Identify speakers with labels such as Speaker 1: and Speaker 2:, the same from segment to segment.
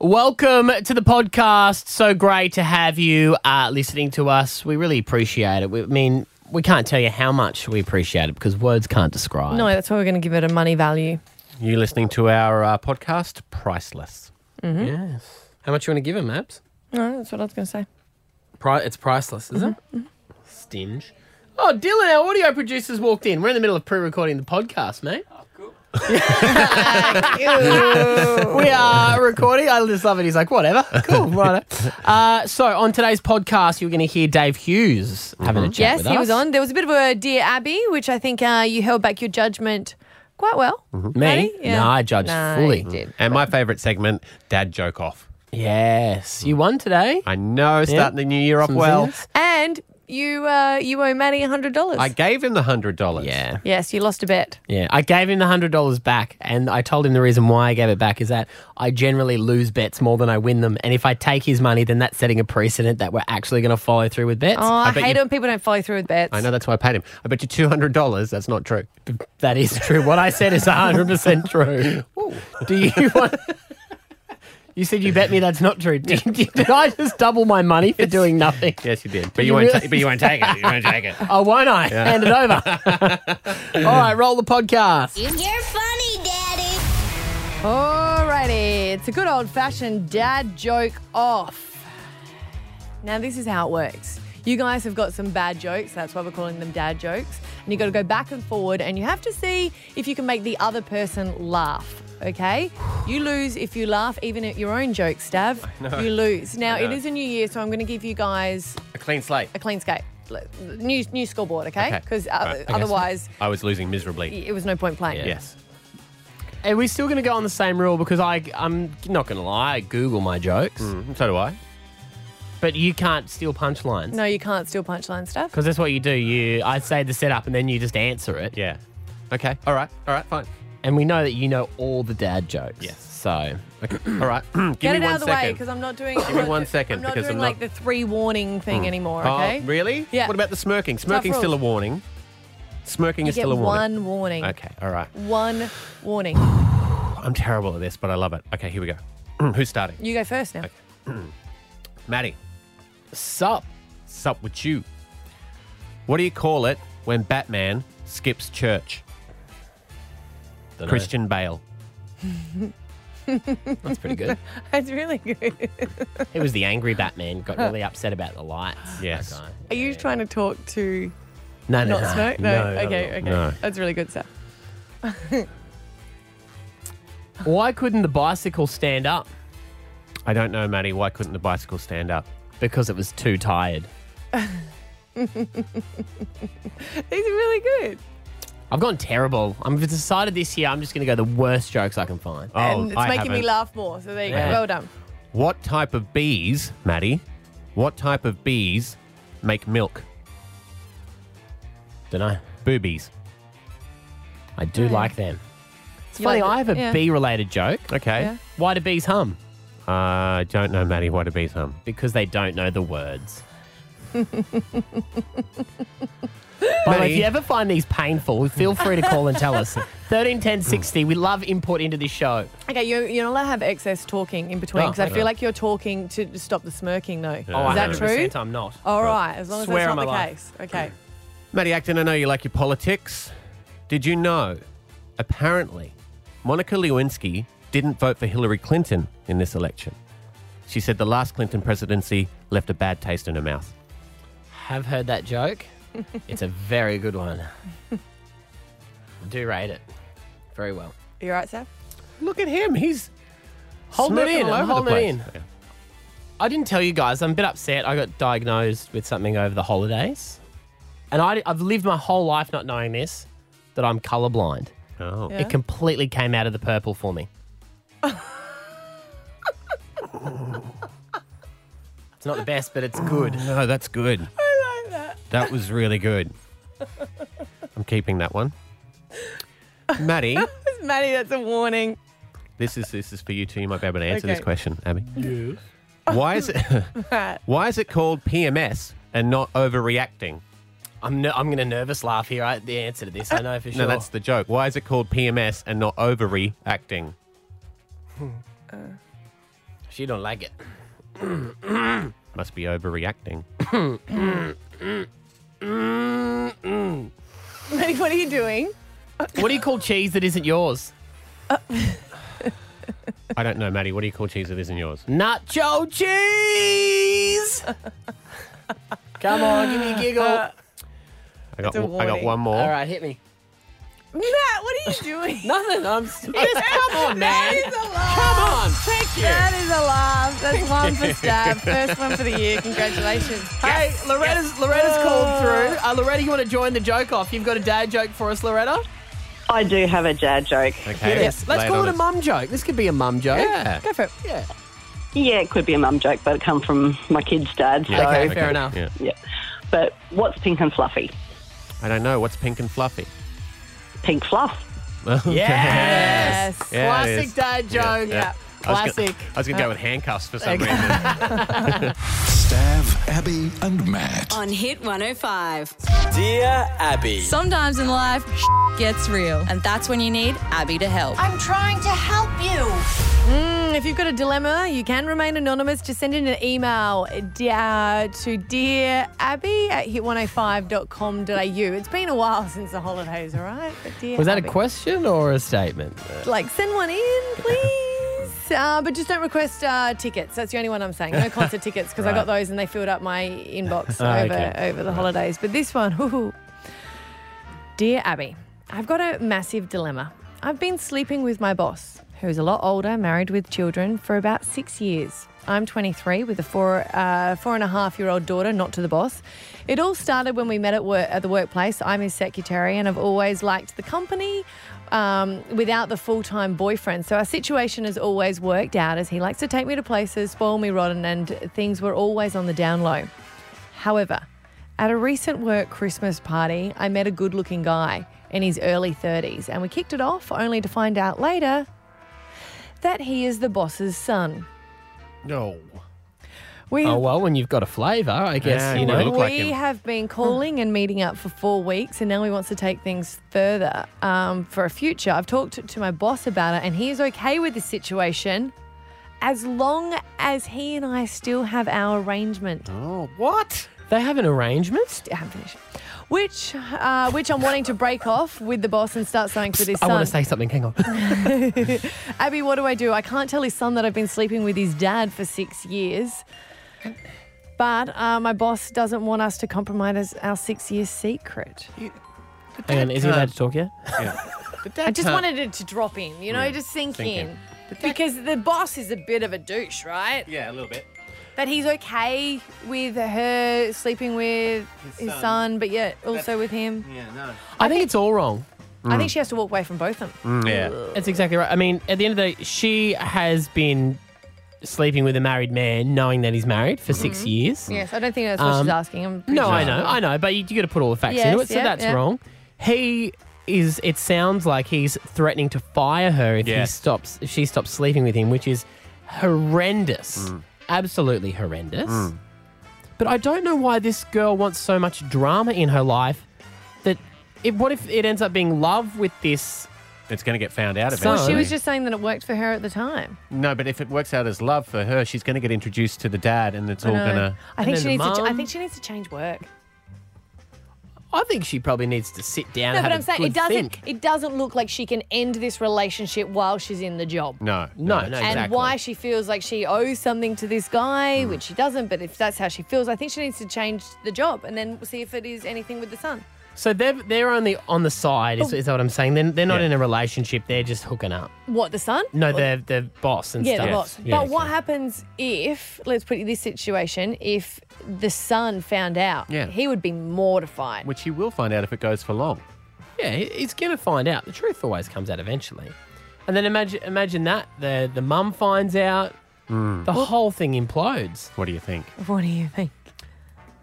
Speaker 1: Welcome to the podcast. So great to have you uh, listening to us. We really appreciate it. We, I mean, we can't tell you how much we appreciate it because words can't describe.
Speaker 2: No, that's why we're going to give it a money value.
Speaker 1: You listening to our uh, podcast, priceless. Yes. How much you want to give him, Maps?
Speaker 2: Mm-hmm. No, that's what I was going to say.
Speaker 3: Pri- it's priceless, is
Speaker 2: Mm-hmm,
Speaker 3: it?
Speaker 1: Stinge. Oh, Dylan, our audio producer's walked in. We're in the middle of pre-recording the podcast, mate. we are recording. I just love it. He's like, whatever. Cool, right. Uh, so on today's podcast, you're going to hear Dave Hughes having a chat
Speaker 2: Yes,
Speaker 1: with
Speaker 2: he
Speaker 1: us.
Speaker 2: was on. There was a bit of a Dear Abby, which I think uh, you held back your judgment quite well.
Speaker 1: Me?
Speaker 2: Maddie? Yeah.
Speaker 1: No, I judged
Speaker 2: No,
Speaker 1: fully.
Speaker 2: you did.
Speaker 4: And my favourite segment, Dad Joke Off.
Speaker 1: Yes, you won today.
Speaker 4: I know, starting the new year off
Speaker 1: Some
Speaker 4: well.
Speaker 1: zingers.
Speaker 2: And you uh, you owe Maddie hundred dollars.
Speaker 4: I gave him the $100.
Speaker 1: Yeah,
Speaker 2: yes, you lost a bet.
Speaker 1: yeah. I gave him the hundred dollars back, and I told him the reason why I gave it back is that I generally lose bets more than I win them, and if I take his money, then that's setting a precedent that we're actually going to follow through with bets.
Speaker 2: Oh, I,
Speaker 4: bet
Speaker 2: hate
Speaker 4: you-
Speaker 2: it when people don't follow through with bets.
Speaker 4: I know that's why I paid him. I bet you $200 that's not true.
Speaker 1: That is true. What I said is 100% true. Do you want. You said you bet me that's not true. Did, did- did I just double my money for doing nothing?
Speaker 4: Yes, you did. But you, won't,
Speaker 1: really?
Speaker 4: ta- but you won't take it. You won't take it.
Speaker 1: Oh, won't I? Hand it over. All right, roll the podcast.
Speaker 5: You're funny, Daddy.
Speaker 2: Alrighty, it's a good old fashioned dad joke off. Now, this is how it works. You guys have got some bad jokes, that's why we're calling them dad jokes. And you've got to go back and forward and you have to see if you can make the other person laugh, okay? You lose if you laugh, even at your own jokes, Stav. You lose. Now, it is a new year, so I'm going to give you guys
Speaker 4: A clean slate.
Speaker 2: a clean skate, L- new, new scoreboard, okay?
Speaker 4: Okay.
Speaker 2: Because
Speaker 4: All right, okay.
Speaker 2: otherwise,
Speaker 4: I was losing miserably.
Speaker 2: it was no point playing.
Speaker 4: Yes.
Speaker 1: Are we still going to go on the same rule? Because I, I'm not going to lie, I Google my jokes,
Speaker 4: Mm, So do I.
Speaker 1: but you can't steal punchlines.
Speaker 2: No, you can't steal punchline stuff.
Speaker 1: Because that's what you do. You, I say the setup, and then you just answer it.
Speaker 4: Yeah. Okay. All right. All right. Fine.
Speaker 1: And we know that you know all the dad jokes.
Speaker 4: Yes.
Speaker 1: So
Speaker 4: Okay. All right. Give
Speaker 2: Get
Speaker 4: me
Speaker 2: it
Speaker 4: one
Speaker 2: out of the way
Speaker 4: second.
Speaker 2: because I'm not doing. Give
Speaker 4: me one second,
Speaker 2: I'm not
Speaker 4: because
Speaker 2: doing
Speaker 4: I'm
Speaker 2: like
Speaker 4: not-
Speaker 2: the three warning thing anymore. Okay.
Speaker 4: Oh, really?
Speaker 2: Yeah.
Speaker 4: What about the smirking? Smirking's
Speaker 2: rules.
Speaker 4: still a warning. Smirking
Speaker 2: You
Speaker 4: is
Speaker 2: get
Speaker 4: still a warning.
Speaker 2: one warning.
Speaker 4: Okay. All right.
Speaker 2: One warning.
Speaker 4: I'm terrible at this, but I love it. Okay. Here we go. Who's starting?
Speaker 2: You go first now.
Speaker 4: Maddie.
Speaker 1: sup.
Speaker 4: Sup with you? What do you call it when Batman skips church? Christian Bale.
Speaker 1: That's pretty good.
Speaker 2: That's really good.
Speaker 1: It was the angry Batman got really upset about the lights.
Speaker 4: Yes.
Speaker 1: That guy.
Speaker 2: Are you trying to talk to
Speaker 1: No, no,
Speaker 2: not
Speaker 1: no.
Speaker 2: smoke? No.
Speaker 4: no,
Speaker 2: okay. Okay.
Speaker 4: no.
Speaker 2: That's really good stuff.
Speaker 1: Why couldn't the bicycle stand up?
Speaker 4: I don't know, Maddie. Why couldn't the bicycle stand up?
Speaker 1: Because it was too tired.
Speaker 2: These are really good.
Speaker 1: I've gone terrible. I've decided this year I'm just going to go the worst jokes I can find.
Speaker 2: and it's
Speaker 4: Oh, I
Speaker 2: making me
Speaker 4: haven't.
Speaker 2: laugh more. So there you go.
Speaker 1: Yeah.
Speaker 2: Well done.
Speaker 4: What type of bees, Maddie? What type of bees make milk?
Speaker 1: Don't know.
Speaker 4: Boobies.
Speaker 1: I do like them. It's
Speaker 2: You
Speaker 1: funny.
Speaker 2: like
Speaker 1: I have a
Speaker 2: it? Yeah.
Speaker 1: bee-related joke.
Speaker 4: Okay.
Speaker 1: Why do bees hum?
Speaker 4: Uh, I don't know, Maddie. Why do bees hum?
Speaker 1: Because they don't know the words. By the way, if you ever find these painful, feel free to call and tell us. 13 10 60. We love input into this show.
Speaker 2: Okay, you, you're not allowed to have excess talking in between
Speaker 1: No,
Speaker 2: because I
Speaker 1: okay.
Speaker 2: feel like you're talking to stop the smirking, though.
Speaker 4: Oh,
Speaker 2: Is that
Speaker 1: 100%
Speaker 2: true?
Speaker 1: I'm not.
Speaker 2: All right, as long as
Speaker 1: Swear
Speaker 2: that's
Speaker 1: on
Speaker 2: not the
Speaker 1: my life.
Speaker 2: case. Okay.
Speaker 4: Maddie Acton, I know you like your politics. Did you know? Apparently, Monica Lewinsky didn't vote for Hillary Clinton in this election. She said the last Clinton presidency left a bad taste in her mouth.
Speaker 1: Have heard that joke. it's a very good one. I do rate it very well.
Speaker 2: You all right, Steph?
Speaker 4: Look at him. He's
Speaker 1: Holding it
Speaker 4: smirking
Speaker 1: in,
Speaker 4: all
Speaker 1: I'm
Speaker 4: over the
Speaker 1: holding it
Speaker 4: place.
Speaker 1: in. I didn't tell you guys. I'm a bit upset. I got diagnosed with something over the holidays, and I, have lived my whole life not knowing this that I'm colorblind.
Speaker 4: Oh.
Speaker 2: Yeah.
Speaker 1: It completely came out of the purple for me. it's not the best, but it's good.
Speaker 4: No, that's good.
Speaker 2: I like that.
Speaker 4: That was really good. I'm keeping that one. Maddie,
Speaker 2: Maddie, that's a warning.
Speaker 4: this is this is for you too. You might be able to answer this
Speaker 2: Okay.
Speaker 4: question, Abby. Why is it
Speaker 2: Right.
Speaker 4: why is it called PMS and not overreacting?
Speaker 1: I'm ner- I'm going to nervous laugh here. I, the answer to this, I know for sure.
Speaker 4: No, that's the joke. Why is it called PMS and not ovary acting?
Speaker 1: She don't like it.
Speaker 4: Must be overreacting.
Speaker 2: Like, what are you doing?
Speaker 1: What do you call cheese that isn't yours?
Speaker 4: I don't know, Maddie. What do you call cheese that isn't yours?
Speaker 1: Nacho cheese. Come on, give me a giggle.
Speaker 2: Uh,
Speaker 4: I got,
Speaker 2: a
Speaker 4: I got
Speaker 2: warning.
Speaker 4: one more.
Speaker 1: All right, hit me.
Speaker 2: Matt, what are you doing?
Speaker 1: Nothing. I'm just come on,
Speaker 2: That
Speaker 1: man.
Speaker 2: is a laugh.
Speaker 1: Come on, thank you.
Speaker 2: That is a laugh. That's one for Stab. First one for the year. Congratulations. Oh.
Speaker 1: Hey, Loretta's Loretta's called through. Uh, Loretta, you want to join the joke off? You've got a dad joke for us, Loretta?
Speaker 6: I do have a dad joke.
Speaker 4: Okay.
Speaker 1: Let's
Speaker 4: lay
Speaker 1: call
Speaker 4: on
Speaker 1: it a
Speaker 4: us.
Speaker 1: mum joke. This could be a mum joke.
Speaker 4: Yeah.
Speaker 2: Go for it.
Speaker 1: Yeah.
Speaker 6: Yeah, it could be a mum joke, but it come from my kid's dad. So,
Speaker 1: Okay, fair enough.
Speaker 4: Yeah.
Speaker 6: yeah. But what's pink and fluffy?
Speaker 4: I don't know. What's pink and fluffy?
Speaker 6: Pink fluff.
Speaker 2: Yes.
Speaker 4: Yeah, it
Speaker 1: Classic
Speaker 4: is.
Speaker 1: dad joke.
Speaker 4: Yeah, yeah. I was gonna-
Speaker 1: Classic.
Speaker 4: I was going to go with handcuffs for some reason.
Speaker 7: Stav, Abby, and Matt.
Speaker 8: on Hit 105.
Speaker 9: Dear Abby.
Speaker 8: Sometimes in life, gets real, and that's when you need Abby to help.
Speaker 5: I'm trying to help you.
Speaker 2: And Mm, if you've got a dilemma, you can remain anonymous. Just send in an email uh, to dear Abby at hit105.com.au. It's been a while since the holidays, all right? But dear
Speaker 1: Was that a
Speaker 2: Abby.
Speaker 1: question or a statement?
Speaker 2: Like, send one in, please. Uh, but just don't request uh, tickets. That's the only one I'm saying. No concert tickets because I got those and they filled up my inbox
Speaker 1: Ah,
Speaker 2: over,
Speaker 1: okay.
Speaker 2: over the holidays. But this one, hoo-hoo. Dear Abby, I've got a massive dilemma. I've been sleeping with my boss, who's a lot older, married with children, for about six years. I'm 23 with a four, uh, four and a half year old daughter, not to the boss. It all started when we met at, work, at the workplace. I'm his secretary and I've always liked the company um, without the full time boyfriend. So our situation has always worked out as he likes to take me to places, spoil me rotten, and things were always on the down low. However, at a recent work Christmas party, I met a good looking guy in his early 30s, and we kicked it off only to find out later that he is the boss's son.
Speaker 4: No.
Speaker 2: We
Speaker 1: Oh well, when you've got a flavour, I guess
Speaker 4: Yeah,
Speaker 1: you
Speaker 4: well,
Speaker 1: know.
Speaker 4: it looked
Speaker 2: we
Speaker 4: like him.
Speaker 2: have been calling and meeting up for four weeks, and now he wants to take things further um, for a future. I've talked to my boss about it, and he is okay with the situation as long as he and I still have our arrangement.
Speaker 4: Oh, what?
Speaker 1: They have an arrangement.
Speaker 2: I haven't finished. Which, uh, which I'm wanting to break off with the boss and start something with his
Speaker 1: I
Speaker 2: son.
Speaker 1: want to say something. Hang on.
Speaker 2: Abby, what do I do? I can't tell his son that I've been sleeping with his dad for six years. But uh, my boss doesn't want us to compromise our six-year secret.
Speaker 1: Hang on. Is he allowed to talk yet?
Speaker 2: I just wanted it to drop in, you know, just sink,
Speaker 4: sink in.
Speaker 2: in. Because the boss is a bit of a douche, right?
Speaker 4: Yeah, a little bit.
Speaker 2: That he's okay with her sleeping with his, son. but yet also with him.
Speaker 9: Yeah, no.
Speaker 1: I think it's all wrong.
Speaker 2: I
Speaker 1: Mm.
Speaker 2: think she has to walk away from both of them.
Speaker 4: Mm, Yeah.
Speaker 1: That's exactly right. I mean, at the end of the day, she has been sleeping with a married man, knowing that he's married for
Speaker 2: Mm-hmm.
Speaker 1: six years.
Speaker 2: Yes, I don't think that's what
Speaker 1: Um,
Speaker 2: she's asking. I'm pretty
Speaker 1: No,
Speaker 2: sure.
Speaker 1: I know, I know, but you, you got to put all the facts
Speaker 2: Yes,
Speaker 1: into it. So
Speaker 2: yeah,
Speaker 1: that's
Speaker 2: yeah.
Speaker 1: wrong. He is. It sounds like he's threatening to fire her if he
Speaker 4: Yes.
Speaker 1: stops. If she stops sleeping with him, which is horrendous,
Speaker 2: Mm.
Speaker 1: absolutely horrendous. But I don't know why this girl wants so much drama in her life. That if, what if it ends up being love with this?
Speaker 4: It's going to get found out
Speaker 1: Well,
Speaker 4: eventually.
Speaker 2: Well, she was just saying that it worked for her at the time.
Speaker 4: No, but if it works out as love for her, she's going to get introduced to the dad, and it's all
Speaker 2: No.
Speaker 4: going to.
Speaker 2: I think
Speaker 1: then
Speaker 2: she
Speaker 1: the
Speaker 2: needs. To, ch- I
Speaker 1: mum.
Speaker 2: think she needs to change work.
Speaker 1: I think she probably needs to sit down.
Speaker 2: No,
Speaker 1: and have
Speaker 2: but I'm
Speaker 1: a
Speaker 2: saying
Speaker 1: good
Speaker 2: it doesn't.
Speaker 1: think.
Speaker 2: It doesn't look like she can end this relationship while she's in the job.
Speaker 4: No.
Speaker 1: No, no,
Speaker 2: And
Speaker 1: exactly. Mm.
Speaker 2: why she feels like she owes something to this guy, which she doesn't, but if that's how she feels, I think she needs to change the job and then see if it is anything with the son.
Speaker 1: So they're they're only on the side.
Speaker 2: Oh.
Speaker 1: Is, is that what I'm saying? They're, they're not
Speaker 4: Yeah.
Speaker 1: in a relationship. They're just hooking up.
Speaker 2: What, the son?
Speaker 1: No, the the boss and
Speaker 2: Yeah,
Speaker 1: stuff.
Speaker 2: the boss.
Speaker 1: Yeah,
Speaker 2: but
Speaker 1: okay.
Speaker 2: what happens if, let's put it this situation, if the son found out,
Speaker 4: Yeah.
Speaker 2: he would be mortified.
Speaker 4: Which you will find out if it goes for long.
Speaker 1: Yeah, he- he's gonna find out. The truth always comes out eventually. And then imagine imagine that the the mum finds out. The whole thing implodes.
Speaker 4: Mm. What do you think?
Speaker 2: What do you think?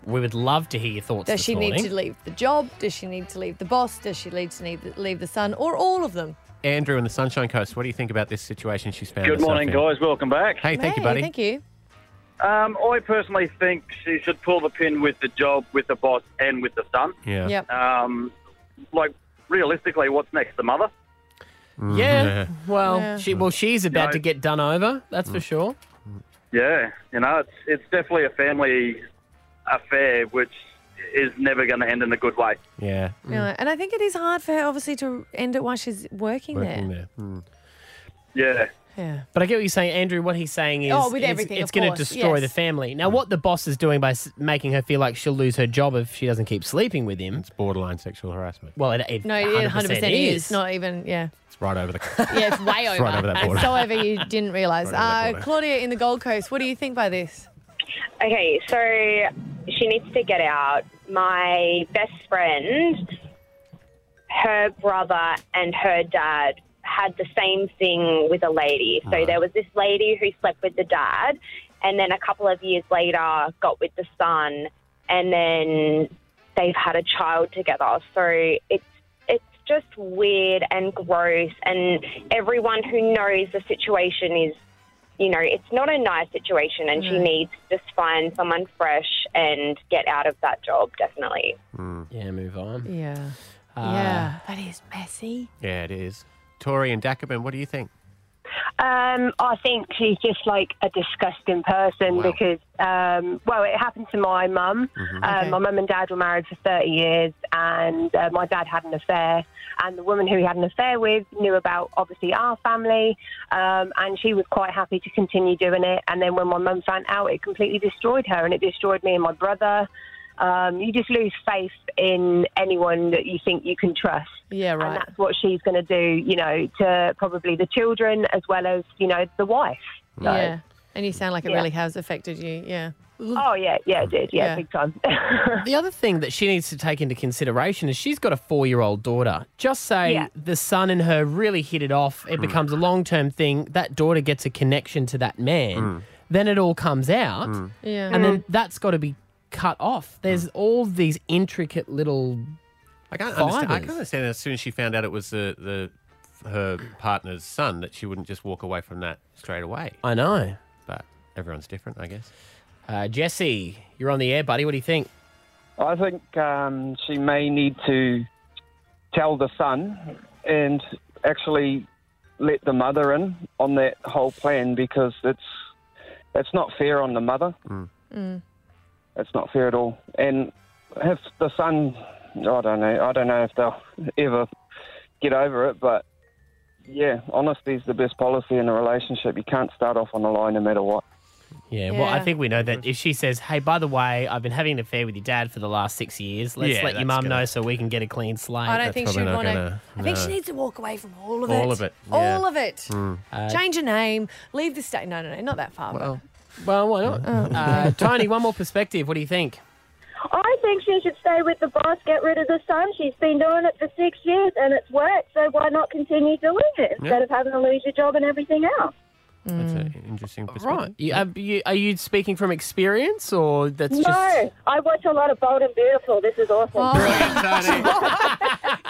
Speaker 1: We would love to hear your thoughts.
Speaker 2: Does
Speaker 1: this
Speaker 2: she
Speaker 1: morning.
Speaker 4: eh?
Speaker 2: need to leave the job? Does she need to leave the boss? Does she need to need leave the son? Or all of them?
Speaker 4: Andrew and the Sunshine Coast, what do you think about this situation she's found
Speaker 10: Good
Speaker 4: herself
Speaker 10: morning,
Speaker 4: in?
Speaker 10: guys. Welcome back.
Speaker 4: Hey, thank you,
Speaker 2: Hey,
Speaker 4: buddy.
Speaker 2: Thank you.
Speaker 10: Um, I personally think she should pull the pin with the job, with the boss, and with the son.
Speaker 4: Yeah.
Speaker 2: Yep.
Speaker 10: Um, like, realistically, what's next? The mother?
Speaker 1: Yeah. Well,
Speaker 2: Yeah.
Speaker 4: Mm.
Speaker 1: she well she's about
Speaker 10: No.
Speaker 1: to get done over. That's for sure.
Speaker 10: Yeah, you know, it's it's definitely a family affair, which is never going to end in a good way.
Speaker 4: Yeah.
Speaker 2: You know, and I think it is hard for her, obviously, to end it while she's working,
Speaker 4: Working
Speaker 2: there.
Speaker 4: there. Mm.
Speaker 10: Yeah.
Speaker 2: Yeah.
Speaker 1: But I get what you're saying, Andrew. What he's saying is,
Speaker 2: Oh, with
Speaker 1: it's-
Speaker 2: everything,
Speaker 1: it's,
Speaker 2: of
Speaker 1: going to
Speaker 2: course,
Speaker 1: destroy
Speaker 2: yes.
Speaker 1: the family. Now, what the boss is doing by s- making her feel like she'll lose her job if she doesn't keep sleeping with him,
Speaker 4: It's borderline sexual harassment.
Speaker 1: well, it, it
Speaker 2: No, it 100% is. Not even, yeah.
Speaker 4: It's right over the.
Speaker 2: Yeah, it's way over.
Speaker 4: right over that border.
Speaker 2: so over you didn't realise.
Speaker 4: Right over that
Speaker 2: uh,
Speaker 4: border.
Speaker 2: Claudia in the Gold Coast, what do you think by this?
Speaker 11: Okay, so she needs to get out. My best friend, her brother, and her dad had the same thing with a lady. So there was this lady who slept with the dad, and then a couple of years later got with the son, and then they've had a child together. So it's it's just weird and gross, and everyone who knows the situation is you know, it's not a nice situation, and she needs to just find someone fresh and get out of that job, definitely.
Speaker 10: Hmm.
Speaker 1: Yeah, move on. Uh,
Speaker 2: Yeah. yeah. That is messy.
Speaker 4: yeah, it is. Tori and Dacoban, what do you think?
Speaker 12: Um, I think she's just like a disgusting person
Speaker 4: Wow.
Speaker 12: because, um, well, it happened to my mum. Um,
Speaker 2: Okay.
Speaker 12: My mum and dad were married for 30 years, and uh, my dad had an affair. And the woman who he had an affair with knew about, obviously, our family, um, and she was quite happy to continue doing it. And then when my mum found out, it completely destroyed her, and it destroyed me and my brother. Um, you just lose faith in anyone that you think you can trust
Speaker 2: Yeah,
Speaker 12: and
Speaker 2: right.
Speaker 12: that's what she's going to do, you know, to probably the children as well as, you know, the wife. So-
Speaker 2: Yeah. And you sound like it
Speaker 12: Yeah.
Speaker 2: really has affected you. Yeah.
Speaker 12: Oh, yeah, yeah, it did. Yeah,
Speaker 2: Yeah.
Speaker 12: big time.
Speaker 1: The other thing that she needs to take into consideration is she's got a four year old daughter. Just say
Speaker 12: Yeah.
Speaker 1: the son and her really hit it off,
Speaker 4: Hmm.
Speaker 1: it becomes a long term thing. That daughter gets a connection to that man,
Speaker 10: Hmm.
Speaker 1: then it all comes out,
Speaker 2: Yeah.
Speaker 1: and then that's got to be cut off. There's all these intricate little.
Speaker 4: I can't understand. I
Speaker 1: Fibers.
Speaker 4: can't understand as soon as she found out it was the, the her partner's son that she wouldn't just walk away from that straight away.
Speaker 1: I know.
Speaker 4: But everyone's different, I guess.
Speaker 1: Uh, Jesse, you're on the air, buddy. What do you think?
Speaker 13: I think um, she may need to tell the son and actually let the mother in on that whole plan because it's it's not fair on the mother.
Speaker 14: Mm.
Speaker 13: It's not fair at all. And if the son, I don't know, I don't know if they'll ever get over it, but yeah, honesty is the best policy in a relationship. You can't start off on a lie no matter what.
Speaker 1: Yeah, well, I
Speaker 2: Yeah.
Speaker 1: think we know that if she says, "Hey, by the way, I've been having an affair with your dad for the last six years. Let's
Speaker 4: Yeah,
Speaker 1: let your
Speaker 4: that's
Speaker 1: mum
Speaker 4: gonna-
Speaker 1: know so we can get a clean slate."
Speaker 2: I don't think she
Speaker 4: probably not
Speaker 2: would want to.
Speaker 4: gonna-
Speaker 2: I think she
Speaker 4: no.
Speaker 2: needs to walk away from all of it.
Speaker 4: All of it, yeah. Hmm.
Speaker 2: All of it.
Speaker 1: Uh,
Speaker 2: Change your name. Leave the state. No, no, no. Not that far. but-
Speaker 1: well, why not? Uh, Tony, one more perspective. What do you think?
Speaker 11: I think she should stay with the boss, get rid of the son. She's been doing it for six years and it's worked, so why not continue doing it instead of having to lose your job and everything else?
Speaker 2: Mm.
Speaker 4: That's an interesting perspective.
Speaker 1: Right. You, are, you, are you speaking from experience, or that's just Oh.
Speaker 11: No, I watch a lot of Bold and Beautiful. This is awesome.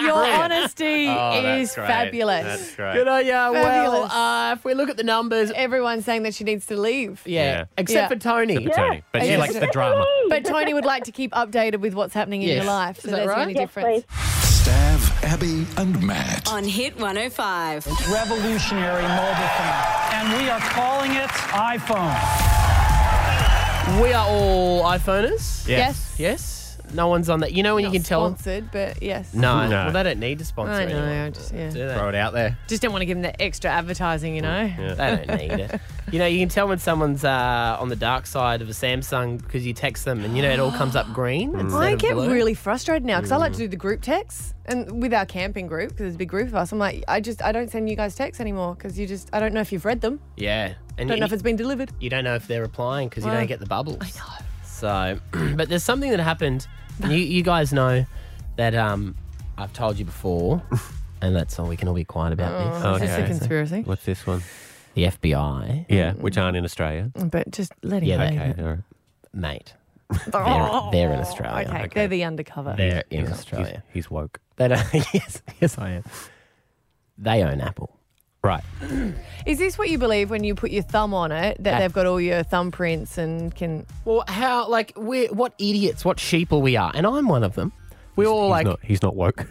Speaker 2: Your honesty
Speaker 4: Oh, that's
Speaker 2: is
Speaker 4: great.
Speaker 2: fabulous.
Speaker 4: That's great.
Speaker 1: good on you? Well,
Speaker 2: Fabulous.
Speaker 1: uh, if we look at the numbers, yeah,
Speaker 2: Everyone's saying that she needs to leave.
Speaker 4: Yeah.
Speaker 1: except
Speaker 2: Yeah.
Speaker 1: for Tony.
Speaker 4: Except for Tony. But she
Speaker 2: Yeah.
Speaker 4: likes the drama.
Speaker 2: But Tony would like to keep updated with what's happening in
Speaker 1: Yes.
Speaker 2: your life.
Speaker 1: Is
Speaker 2: So
Speaker 1: that
Speaker 2: there's the
Speaker 1: right?
Speaker 2: only
Speaker 11: Yes,
Speaker 2: difference.
Speaker 11: please.
Speaker 7: Stav, Abby, and Matt.
Speaker 8: On Hit 105.
Speaker 15: revolutionary mobile phone. And we are calling it iPhone.
Speaker 1: We are all iPhoners.
Speaker 2: Yes.
Speaker 1: Yes. No one's on that. You know when
Speaker 2: Not
Speaker 1: you can tell.
Speaker 2: sponsored, but yes.
Speaker 1: No.
Speaker 4: No.
Speaker 1: Well, they don't need to sponsor.
Speaker 2: I know,
Speaker 1: anyone.
Speaker 2: I just- yeah.
Speaker 1: Do they?
Speaker 4: Throw it out there.
Speaker 2: Just don't want to give them the extra advertising, you know.
Speaker 1: They don't need it. You know, you can tell when someone's uh, on the dark side of a Samsung because you text them and you know it all comes up green.
Speaker 4: Mm.
Speaker 1: instead
Speaker 2: I
Speaker 1: of
Speaker 2: get
Speaker 1: blue.
Speaker 2: really frustrated now because I like to do the group texts and with our camping group because there's a big group of us. I'm like, I just I don't send you guys texts anymore because you just I don't know if you've read them.
Speaker 1: Yeah. And
Speaker 2: Don't
Speaker 1: you,
Speaker 2: know if it's been delivered.
Speaker 1: you don't know if they're replying because you
Speaker 2: Wow.
Speaker 1: don't get the bubbles. I know. So, but there's something that happened. You, you guys know that um, I've told you before, and that's all we can all be quiet about
Speaker 2: Oh, Is
Speaker 4: Okay.
Speaker 2: this a conspiracy?
Speaker 4: What's this one?
Speaker 1: this. The FBI,
Speaker 4: Yeah, which aren't in Australia.
Speaker 2: But just let him
Speaker 1: Yeah,
Speaker 2: yeah,
Speaker 1: they-
Speaker 2: go.
Speaker 4: Okay, all right.
Speaker 1: mate. They're, they're in Australia.
Speaker 2: Oh, Okay, they're the undercover.
Speaker 1: They're in
Speaker 4: He's-
Speaker 1: Australia.
Speaker 4: He's, he's woke.
Speaker 1: They don't, yes, yes, I am. They own Apple.
Speaker 4: Right.
Speaker 2: Is this what you believe when you put your thumb on it that
Speaker 1: Yeah.
Speaker 2: they've got all your thumbprints and can?
Speaker 1: Well, how like we are what idiots, what sheeple we are, and I'm one of them. We're all
Speaker 4: he's,
Speaker 1: like,
Speaker 4: not, he's not woke.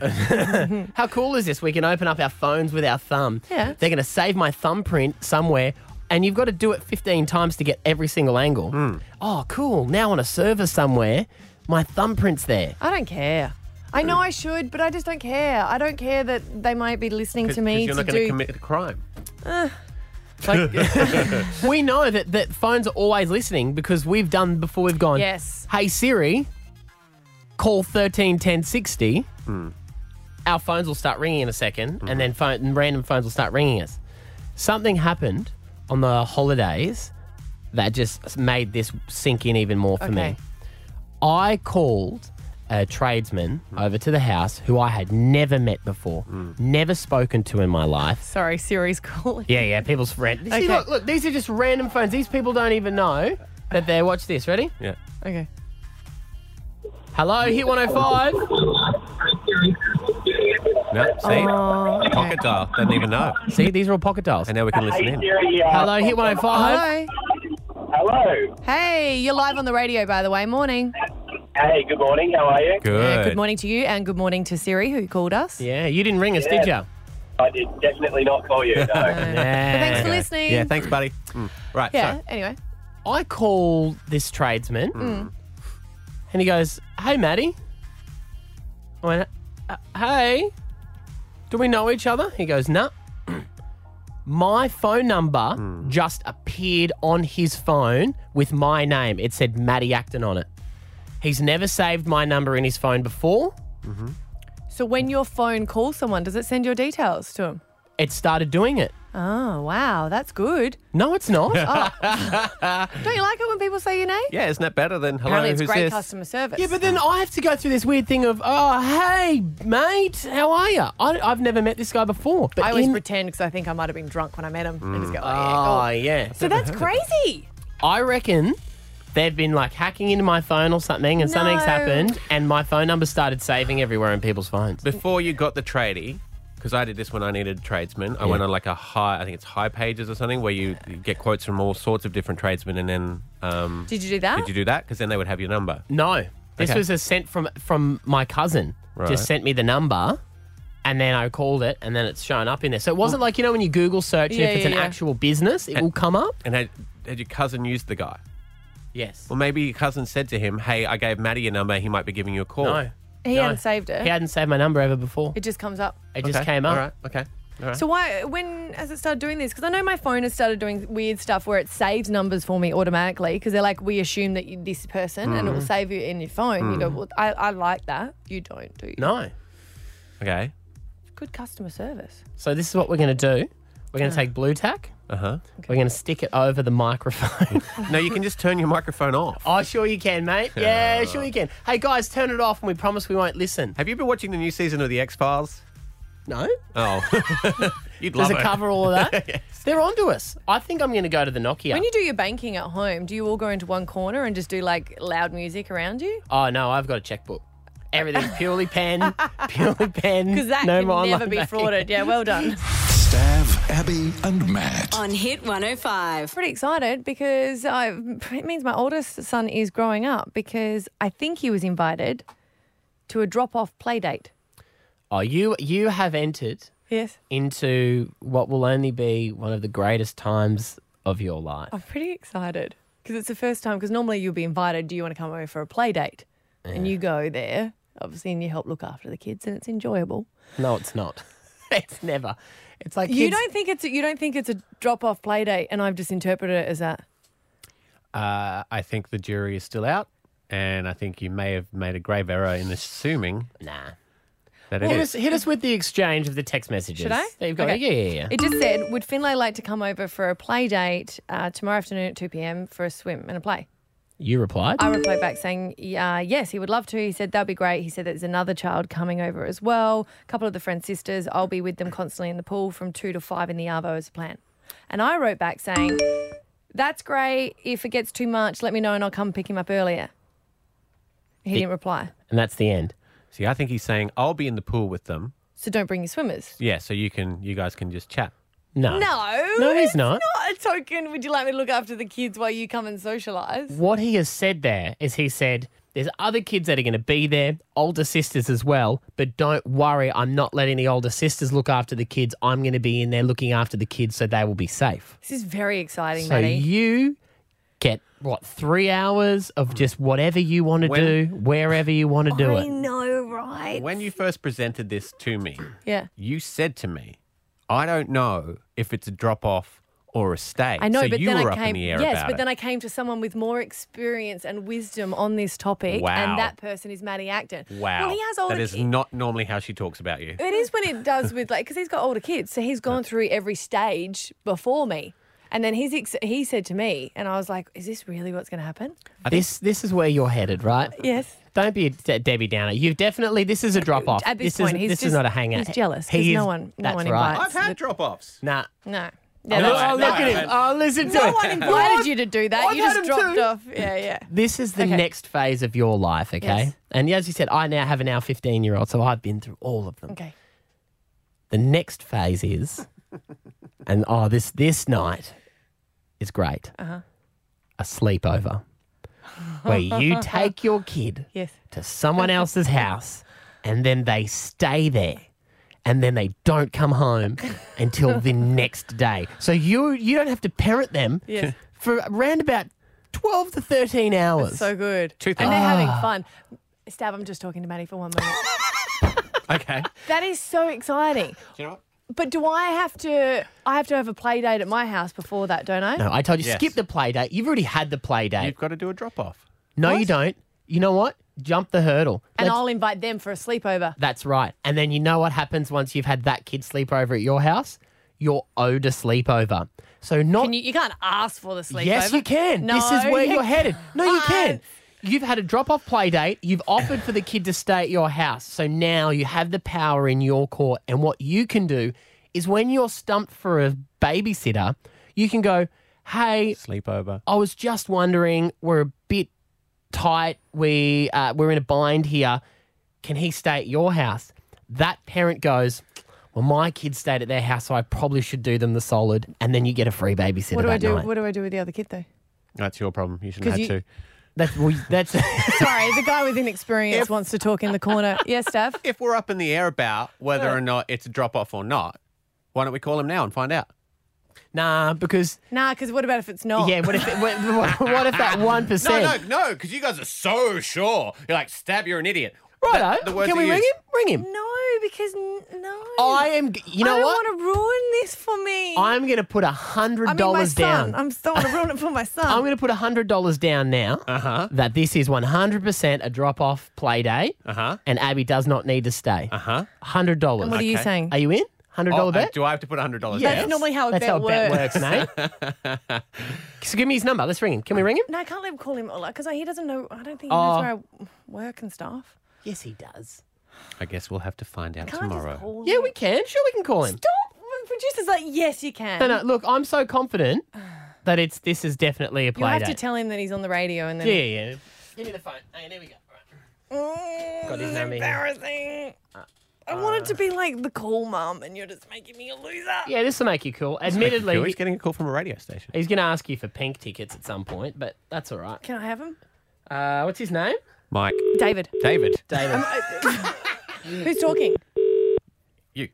Speaker 1: how cool is this? We can open up our phones with our thumb.
Speaker 2: Yeah.
Speaker 1: They're going to save my thumbprint somewhere. and you've got to do it 15 times to get every single angle.
Speaker 2: Hmm.
Speaker 1: Oh, cool. Now on a server somewhere, my thumbprint's there.
Speaker 2: I don't care. I know I should, but I just don't care. I don't care that they might be listening to me
Speaker 4: you're
Speaker 2: to
Speaker 4: not going
Speaker 2: do.
Speaker 4: to commit a crime.
Speaker 2: Uh,
Speaker 1: Like, we know that, that phones are always listening because we've done before we've gone,
Speaker 2: Yes.
Speaker 1: hey Siri, call 131060.
Speaker 4: Hmm.
Speaker 1: Our phones will start ringing in a 2nd
Speaker 4: Mm-hmm.
Speaker 1: and then phone, and random phones will start ringing us. Something happened on the holidays that just made this sink in even more for me.
Speaker 2: Okay.
Speaker 1: I called a tradesman over to the house who I had never met before, never spoken to in my life.
Speaker 2: Hmm. sorry, Siri's calling.
Speaker 1: Yeah, yeah, people's friend.
Speaker 2: Okay.
Speaker 1: See, look, look, these are just random phones. These people don't even know that they're. Watch this. Ready?
Speaker 4: Yeah.
Speaker 2: Okay.
Speaker 1: Hello, Hit 105.
Speaker 2: Uh,
Speaker 4: Nope, see?
Speaker 1: Oh,
Speaker 4: Pocket dial. Don't even know.
Speaker 1: See, these are all pocket dials.
Speaker 4: And now we can listen in.
Speaker 16: uh,
Speaker 1: Hello, Hit 105.
Speaker 2: Hello.
Speaker 16: Hello.
Speaker 2: Hey, you're live on the radio, by the way. Morning.
Speaker 16: Hey, good morning. How are you?
Speaker 2: Yeah, good morning to you, and good morning to Siri, who called us.
Speaker 1: Yeah, you didn't ring us, did
Speaker 16: Yeah.
Speaker 1: you?
Speaker 16: I did definitely not call you. No.
Speaker 1: thanks
Speaker 2: for listening.
Speaker 1: Yeah,
Speaker 4: thanks, buddy. Right,
Speaker 2: Yeah. Anyway.
Speaker 1: I call this tradesman
Speaker 2: Mm.
Speaker 1: and he goes, Hey, Maddie. I went, "Uh, Hey, do we know each other? He goes, Nah. my phone number just appeared on his phone with my name. It said Maddie Acton on it. He's never saved my number in his phone before.
Speaker 2: So when your phone calls someone, does it send your details to them?
Speaker 1: It started doing it.
Speaker 2: Oh, wow. That's good.
Speaker 1: No, it's not.
Speaker 2: Don't you like it when people say your name?
Speaker 4: Yeah, isn't that better than hello?
Speaker 2: Apparently, it's
Speaker 4: who's
Speaker 2: great
Speaker 4: this?
Speaker 2: customer service.
Speaker 1: Yeah, but then I have to go through this weird thing of, oh, hey, mate, how are you? I, I've never met this guy before. But
Speaker 2: I always
Speaker 1: in-
Speaker 2: pretend because I think I might have been drunk when I met him.
Speaker 4: Mm.
Speaker 2: I just go, oh, yeah,
Speaker 1: Oh, yeah.
Speaker 2: So that's crazy.
Speaker 1: I reckon they've been like hacking into my phone or something, and something's
Speaker 2: No.
Speaker 1: happened, and my phone number started saving everywhere in people's phones.
Speaker 4: Before you got the tradie, because I did this when I needed a tradesman, I
Speaker 1: Yeah.
Speaker 4: went on like a high, I think it's high pages or something, where you, you get quotes from all sorts of different tradesmen, and then um,
Speaker 2: Did you do that?
Speaker 4: Did you do that? Because then they would have your number.
Speaker 1: No, this
Speaker 4: Okay.
Speaker 1: was a sent from from my cousin.
Speaker 4: Right.
Speaker 1: Just sent me the number, and then I called it, and then it's shown up in there. So it wasn't like you know when you Google search and
Speaker 4: Yeah,
Speaker 1: if it's
Speaker 4: yeah,
Speaker 1: an
Speaker 4: yeah.
Speaker 1: actual business, it will come up.
Speaker 4: And had, had your cousin used the guy?
Speaker 1: Yes.
Speaker 4: Well, maybe your cousin said to him, "Hey, I gave Maddie your number. He might be giving you a call."
Speaker 1: Uh, No.
Speaker 2: He hadn't saved it.
Speaker 1: He hadn't saved my number ever before.
Speaker 2: It just comes up.
Speaker 1: It just
Speaker 4: Okay,
Speaker 1: came up.
Speaker 4: all right, Okay. All right.
Speaker 2: So why, when has it started doing this? Because I know my phone has started doing weird stuff where it saves numbers for me automatically. Because they're like, we assume that you this person, and it will
Speaker 4: Mhm.
Speaker 2: save you in your phone. You go,
Speaker 4: Mm.
Speaker 2: well, I, I like that. You don't, do you?
Speaker 1: No.
Speaker 4: Okay.
Speaker 2: Good customer service.
Speaker 1: So this is what we're going to do. We're going to
Speaker 2: Uh.
Speaker 1: take blue tack.
Speaker 4: Uh huh.
Speaker 1: We're going to stick it over the microphone.
Speaker 4: no, you can just turn your microphone off.
Speaker 1: Oh, sure you can, mate. Yeah, sure you can. Hey, guys, turn it off and we promise we won't listen.
Speaker 4: Have you been watching the new season of The X Files?
Speaker 1: No.
Speaker 4: Oh, you'd
Speaker 1: Does
Speaker 4: love
Speaker 1: it
Speaker 4: it.
Speaker 1: cover all of that? They're onto us. I think I'm going to go to the Nokia.
Speaker 2: When you do your banking at home, do you all go into one corner and just do like loud music around you?
Speaker 1: oh, no, I've got a checkbook. Everything's purely pen, purely pen.
Speaker 2: Because that
Speaker 1: no
Speaker 2: can
Speaker 1: more
Speaker 2: never
Speaker 1: online
Speaker 2: be
Speaker 1: banking.
Speaker 2: frauded. Yeah, well done.
Speaker 7: Stav, Abby, and Matt.
Speaker 2: On Hit 105. Pretty excited because I, it means my oldest son is growing up because I think he was invited to a drop off play date.
Speaker 1: Oh, you, you have entered
Speaker 2: Yes.
Speaker 1: into what will only be one of the greatest times of your life.
Speaker 2: I'm pretty excited because it's the first time. Because normally you'll be invited, do you want to come over for a play date? And you go there, obviously, and you help look after the kids, and it's enjoyable.
Speaker 1: No, it's not. it's never. It's like
Speaker 2: You
Speaker 1: kids-
Speaker 2: don't think it's a, you don't think it's a drop off play date, and I've just interpreted it as that.
Speaker 4: Uh, I think the jury is still out, and I think you may have made a grave error in assuming.
Speaker 1: Nah.
Speaker 4: That it
Speaker 1: Hit us,
Speaker 4: is.
Speaker 1: hit us with the exchange of the text messages.
Speaker 2: Should I?
Speaker 1: There you go. Yeah, yeah, yeah.
Speaker 2: It just said, would Finlay like to come over for a play date uh, tomorrow afternoon at 2 p.m. for a swim and a play?
Speaker 1: You replied.
Speaker 2: I replied back saying, uh, yes, he would love to. He said, that'd be great. He said, there's another child coming over as well. A couple of the friend's sisters. I'll be with them constantly in the pool from 2 to 5 in the Arvo as planned. And I wrote back saying, that's great. If it gets too much, let me know and I'll come pick him up earlier. He
Speaker 4: It-
Speaker 2: didn't reply.
Speaker 1: and that's the end.
Speaker 4: See, I think he's saying I'll be in the pool with them.
Speaker 2: So don't bring your swimmers.
Speaker 4: Yeah, so you can, you guys can just chat.
Speaker 1: No.
Speaker 2: No.
Speaker 1: No, he's
Speaker 2: it's
Speaker 1: not.
Speaker 2: a token. Would you like me to look after the kids while you come and socialise?
Speaker 1: What he has said there is he said, There's other kids that are going to be there, older sisters as well. But don't worry, I'm not letting the older sisters look after the kids. I'm going to be in there looking after the kids so they will be safe.
Speaker 2: This is very exciting,
Speaker 1: So
Speaker 2: Maddie.
Speaker 1: you get what three hours of just whatever you want to do, wherever you want to do it.
Speaker 2: know, right?
Speaker 4: When you first presented this to me,
Speaker 2: Yeah.
Speaker 4: you said to me, I don't know if it's a drop off or a stay.
Speaker 2: I know,
Speaker 4: so
Speaker 2: but
Speaker 4: you
Speaker 2: then
Speaker 4: were
Speaker 2: I
Speaker 4: up
Speaker 2: came.
Speaker 4: in the air
Speaker 2: yes,
Speaker 4: about
Speaker 2: but
Speaker 4: it.
Speaker 2: then I came to someone with more experience and wisdom on this topic,
Speaker 4: Wow.
Speaker 2: and that person is Maddie Acton.
Speaker 4: Wow.
Speaker 2: Well, he has older.
Speaker 4: that is
Speaker 2: ki-
Speaker 4: not normally how she talks about you.
Speaker 2: It is when it does with like because he's got older kids, so he's gone through every stage before me, and then he's ex- he said to me, and I was like, "Is this really what's going to happen?"
Speaker 1: This this is where you're headed, right?
Speaker 2: Yes.
Speaker 1: Don't be a De- Debbie Downer. You've definitely this is a drop off.
Speaker 2: At this,
Speaker 1: this
Speaker 2: point,
Speaker 1: is,
Speaker 2: he's
Speaker 1: this
Speaker 2: just,
Speaker 1: is not a hangout.
Speaker 2: He's jealous
Speaker 1: He
Speaker 2: because no
Speaker 1: is-
Speaker 2: one, no
Speaker 1: that's
Speaker 2: one
Speaker 1: right.
Speaker 2: invites.
Speaker 4: had drop offs.
Speaker 1: Nah.
Speaker 2: No.
Speaker 1: Oh,
Speaker 2: that's-
Speaker 1: oh, look
Speaker 2: that's-
Speaker 1: at him. Oh, listen to
Speaker 2: no
Speaker 1: it.
Speaker 2: one invited
Speaker 1: What?
Speaker 2: you to do that.
Speaker 1: I've
Speaker 2: you
Speaker 1: had
Speaker 2: just
Speaker 1: him
Speaker 2: dropped
Speaker 1: too.
Speaker 2: off. Yeah, yeah.
Speaker 1: This is the
Speaker 2: Okay.
Speaker 1: next phase of your life, okay?
Speaker 2: Yes.
Speaker 1: And as you said, I now have a now 15 year old, so I've been through all of them.
Speaker 2: Okay.
Speaker 1: The next phase is, and oh, this this night is great.
Speaker 2: Uh-huh.
Speaker 1: A sleepover where you take your kid
Speaker 2: Yes.
Speaker 1: to someone else's house and then they stay there and then they don't come home until the next day. So you you don't have to parent them
Speaker 2: Yes.
Speaker 1: for around about 12 to 13 hours.
Speaker 2: So good.
Speaker 1: Two
Speaker 2: and they're having
Speaker 1: Ah.
Speaker 2: fun. Stab, I'm just talking to Maddie for one moment.
Speaker 4: Okay.
Speaker 2: that is so exciting.
Speaker 4: you know what?
Speaker 2: But do I have to? I have to have a play date at my house before that, don't I?
Speaker 1: No, I told you skip the play date. You've already had the play date. You've
Speaker 4: got to do a drop off.
Speaker 1: No, you don't. You know what? Jump the hurdle.
Speaker 2: And
Speaker 1: Let's-
Speaker 2: I'll invite them for a sleepover.
Speaker 1: That's right. And then you know what happens once you've had that kid sleepover at your house? You're owed a sleepover. So not
Speaker 2: Can you, you can't ask for the sleepover.
Speaker 1: Yes, you can.
Speaker 2: No,
Speaker 1: this is where
Speaker 2: you
Speaker 1: you're headed. No, you can.
Speaker 2: can't.
Speaker 1: You've had a drop off play date. You've offered for the kid to stay at your house. So now you have the power in your court. And what you can do is when you're stumped for a babysitter, you can go, hey,
Speaker 4: Sleepover.
Speaker 1: I was just wondering, we're a bit tight. We, uh, we're in a bind here. Can he stay at your house? That parent goes, well, my kids stayed at their house, so I probably should do them the solid. And then you get a free babysitter.
Speaker 2: What do I
Speaker 1: that
Speaker 2: do?
Speaker 1: night.
Speaker 2: What do I do with the other kid though?
Speaker 4: That's your problem. You shouldn't
Speaker 2: 'Cause
Speaker 4: have
Speaker 2: you-
Speaker 4: to.
Speaker 1: That's well, that's
Speaker 2: Sorry, the guy with inexperience wants to talk in the corner. Yes, Stav.
Speaker 4: If we're up in the air about whether or not it's a drop off or not, why don't we call him now and find out?
Speaker 1: Nah, because
Speaker 2: Nah, because what about if it's not?
Speaker 1: Yeah, what if it- what- what- what if that 1%?
Speaker 4: No, no, no, because you guys are so sure. You're like, stab, you're an idiot.
Speaker 1: Righto.
Speaker 4: That- the words
Speaker 1: Can
Speaker 4: you
Speaker 1: we ring
Speaker 4: used.
Speaker 1: him? Ring him.
Speaker 2: No, because n- no.
Speaker 1: I am. g- You know
Speaker 2: I don't
Speaker 1: what?
Speaker 2: want to ruin this for me.
Speaker 1: I'm going to put a
Speaker 2: I
Speaker 1: hundred
Speaker 2: mean, my
Speaker 1: dollars
Speaker 2: son.
Speaker 1: down.
Speaker 2: I'm still want to ruin it for my son.
Speaker 1: I'm going to put hundred dollars down now that this is 100 percent a drop off play date,
Speaker 4: Uh-huh.
Speaker 1: and Abby does not need to stay. Uh
Speaker 4: huh.
Speaker 1: Hundred dollars.
Speaker 2: And what are you Okay. saying?
Speaker 1: Are you in? Hundred dollar
Speaker 4: Oh, uh,
Speaker 1: bet.
Speaker 4: Do I have to put $100 down?
Speaker 2: That's normally how a
Speaker 1: That's
Speaker 2: bet
Speaker 1: how a bet
Speaker 2: works.
Speaker 1: works, mate. so give me his number. Let's ring him. Can we ring him?
Speaker 2: No, I can't let him call him Ola because he doesn't know. I don't think he
Speaker 1: Oh.
Speaker 2: knows where I work and stuff.
Speaker 1: Yes, he does.
Speaker 4: I guess we'll have to find out
Speaker 2: Can't I just
Speaker 4: tomorrow.
Speaker 2: call
Speaker 1: Yeah,
Speaker 2: him?
Speaker 1: we can. Sure, we can call him.
Speaker 2: Stop. My producer's like, yes, you can.
Speaker 1: No, no. Look, I'm so confident that it's this is definitely a
Speaker 2: You'll
Speaker 1: play
Speaker 2: have
Speaker 1: date.
Speaker 2: to tell him that he's on the radio and then.
Speaker 1: Yeah, yeah. Give me the phone. Hey, there we go.
Speaker 2: Mm,
Speaker 1: God, his
Speaker 2: this
Speaker 1: Uh,
Speaker 2: is
Speaker 1: name is-
Speaker 2: embarrassing. I wanted to be like the cool mum, and you're just making me a loser.
Speaker 1: Yeah, this will make you cool. Admittedly,
Speaker 4: he's getting a call from a radio station.
Speaker 1: he's going to ask you for pink tickets at some point, but that's all right.
Speaker 2: Can I have him?
Speaker 1: Uh, what's his name?
Speaker 4: Mike.
Speaker 2: David.
Speaker 4: David.
Speaker 1: David.
Speaker 2: Who's talking?
Speaker 4: You.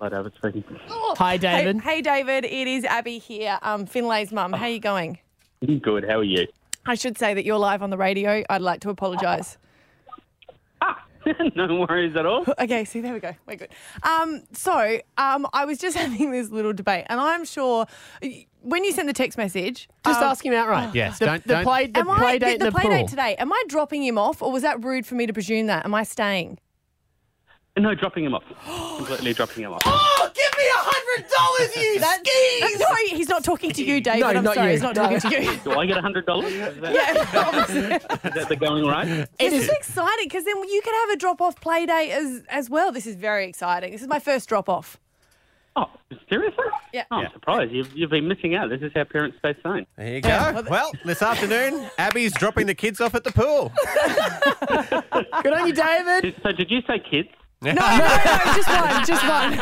Speaker 17: Hi, David speaking.
Speaker 1: Hi, David.
Speaker 2: Hey, hey, David. It is Abby here. Um, Finlay's mum. How you going?
Speaker 17: Good. How are you?
Speaker 2: I should say that you're live on the radio. I'd like to apologise.
Speaker 17: no worries at all.
Speaker 2: Okay, see, there we go. We're good. Um, so um, I was just having this little debate, and I'm sure when you sent the text message,
Speaker 1: Just
Speaker 2: um,
Speaker 1: ask him outright.
Speaker 4: Yes,
Speaker 1: The,
Speaker 4: don't-
Speaker 1: the
Speaker 4: don't-
Speaker 1: play, the
Speaker 2: am I-
Speaker 1: play date in
Speaker 2: the,
Speaker 1: the,
Speaker 2: play
Speaker 1: pool.
Speaker 2: date today. Am I dropping him off, or was that rude for me to presume that? Am I staying?
Speaker 17: No, dropping him off. Completely dropping him off.
Speaker 1: Oh, give me a hundred dollars, you skis!
Speaker 2: No, he's not talking to you, David.
Speaker 17: No,
Speaker 2: I'm
Speaker 17: not
Speaker 2: sorry,
Speaker 17: you.
Speaker 2: he's not
Speaker 17: No.
Speaker 2: talking to you.
Speaker 17: Do I get hundred dollars? Is that
Speaker 2: yeah,
Speaker 17: is that the going right?
Speaker 2: This is exciting because then you could have a drop off play date as as well. This is very exciting. This is my first drop off.
Speaker 17: Oh, seriously?
Speaker 2: Yeah.
Speaker 17: Oh, I'm surprised. You've, you've been missing out. This is how parents stay sane.
Speaker 4: There you go. well, this afternoon, Abby's dropping the kids off at the pool.
Speaker 1: Good on you, David.
Speaker 17: So, did you say kids?
Speaker 4: No,
Speaker 2: no, no, just one, just one.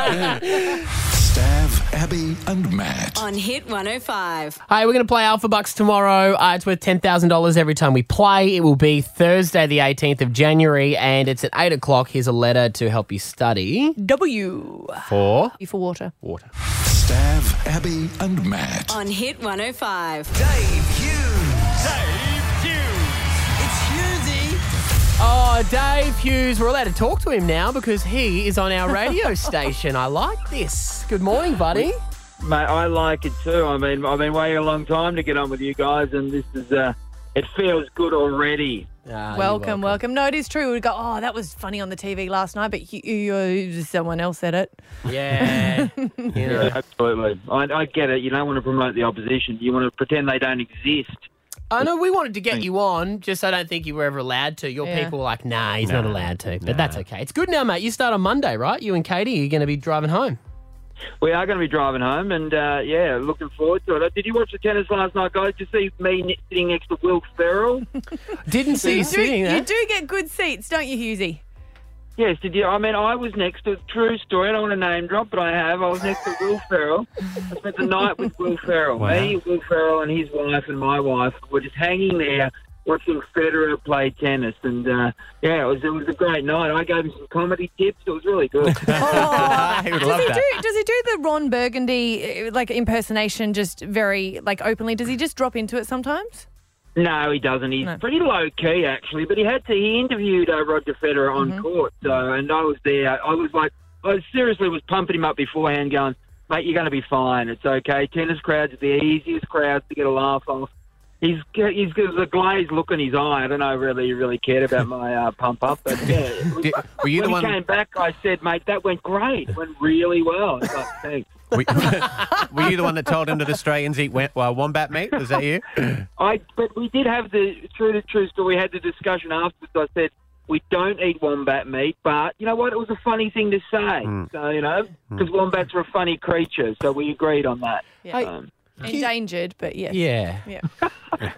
Speaker 7: Stav, Abby and Matt.
Speaker 8: On Hit 105.
Speaker 1: Hi, we're going to play Alpha Bucks tomorrow. Uh, it's worth $10,000 every time we play. It will be Thursday, the 18th of January, and it's at 8 o'clock. Here's a letter to help you study.
Speaker 2: W.
Speaker 1: For?
Speaker 2: You for water.
Speaker 1: Water.
Speaker 7: Stav, Abby and Matt.
Speaker 8: On Hit 105.
Speaker 18: Dave Hughes. Dave Hughes. It's Hughesy.
Speaker 1: Oh, Dave Hughes. We're allowed to talk to him now because he is on our radio station. I like this. Good morning, buddy.
Speaker 19: Mate, I like it too. I mean, I've been waiting a long time to get on with you guys, and this is, uh, it feels good already.
Speaker 2: Ah, welcome, welcome, No, it is true. We'd go, oh, that was funny on the TV last night, but you, you, you- someone else said it.
Speaker 1: Yeah.
Speaker 19: Yeah, absolutely. I, I get it. You don't want to promote the opposition. You want to pretend they don't exist.
Speaker 1: I know we wanted to get you on, just I don't think you were ever allowed to. Your people were like, nah, he's not allowed to. But that's okay. It's good now, mate. You start on Monday, right? You and Katie, you're going to be driving home.
Speaker 19: We are going to be driving home, and uh, yeah, looking forward to it. Did you watch the tennis last night, guys? Did you see me sitting next to Will Ferrell?
Speaker 1: Didn't
Speaker 19: see you
Speaker 2: do,
Speaker 19: sitting there.
Speaker 2: You do get good seats, don't you, Husey?
Speaker 19: Yes, did you? I mean, I was next to true story. I don't want to name drop, but I have. I was next to Will Ferrell. I spent the night with Will Ferrell.
Speaker 14: Wow.
Speaker 19: Me, Will Ferrell, and his wife and my wife were just hanging there watching Federer play tennis, and uh, yeah, it was it was a great night. I gave him some comedy tips. It was really good.
Speaker 2: he does Oh. he do? Does he do the Ron Burgundy uh, like impersonation? Just very like openly. Does he just drop into it sometimes?
Speaker 19: No, he doesn't. He's pretty low key actually, but he had to. He interviewed uh, Roger Federer on court, so and I was there. I was like, I seriously was pumping him up beforehand, going, "Mate, you're going to be fine. It's okay. Tennis crowds are the easiest crowds to get a laugh off." He's he's got a glazed look in his eye. I don't know really really cared about my uh, pump up, but yeah.
Speaker 4: were you
Speaker 19: when
Speaker 4: the
Speaker 19: he
Speaker 4: one-
Speaker 19: came back, I said, "Mate, that went great. It went really well." It's like, Thanks.
Speaker 4: Were, were you the one that told him that Australians eat wa- uh, wombat meat? Was that you?
Speaker 19: I but we did have the true to true story. We had the discussion afterwards. I said we don't eat wombat meat, but you know what? It was a funny thing to say. So you know, because wombats are a funny creature, so we agreed on that.
Speaker 2: Yeah.
Speaker 19: Um,
Speaker 2: Endangered, but yes.
Speaker 1: Yeah.
Speaker 2: Yeah.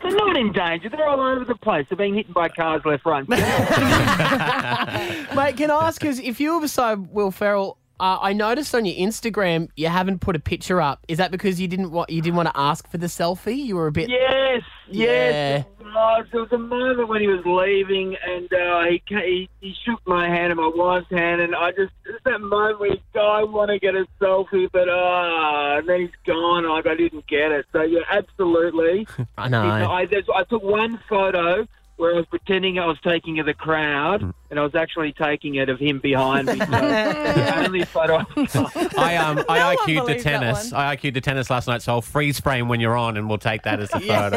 Speaker 19: they're not in danger. They're all over the place. They're being hit by cars left, right. and centre.
Speaker 1: Mate, can I ask, because if you were beside Will Ferrell, uh, I noticed on your Instagram you haven't put a picture up. Is that because you didn't want you didn't want to ask for the selfie? You were a bit
Speaker 19: Yes,
Speaker 1: Yeah.
Speaker 19: yes. it was. There was a moment when he was leaving, and uh, he, ca- he he shook my hand and my wife's hand, and I just just that moment where he's, I want to get a selfie, but uh, and then he's gone. Like I didn't get it. So yeah, absolutely.
Speaker 1: I know.
Speaker 19: I, there's- I took one photo where I was pretending I was taking of the
Speaker 1: Hmm.
Speaker 19: crowd, and I was actually taking it of him behind me. So the only photo. I-
Speaker 4: I um I
Speaker 19: one
Speaker 4: IQ'd the
Speaker 19: believes that
Speaker 4: tennis. I IQ'd the tennis last night, so I'll freeze frame when you're on, and we'll take that as the photo.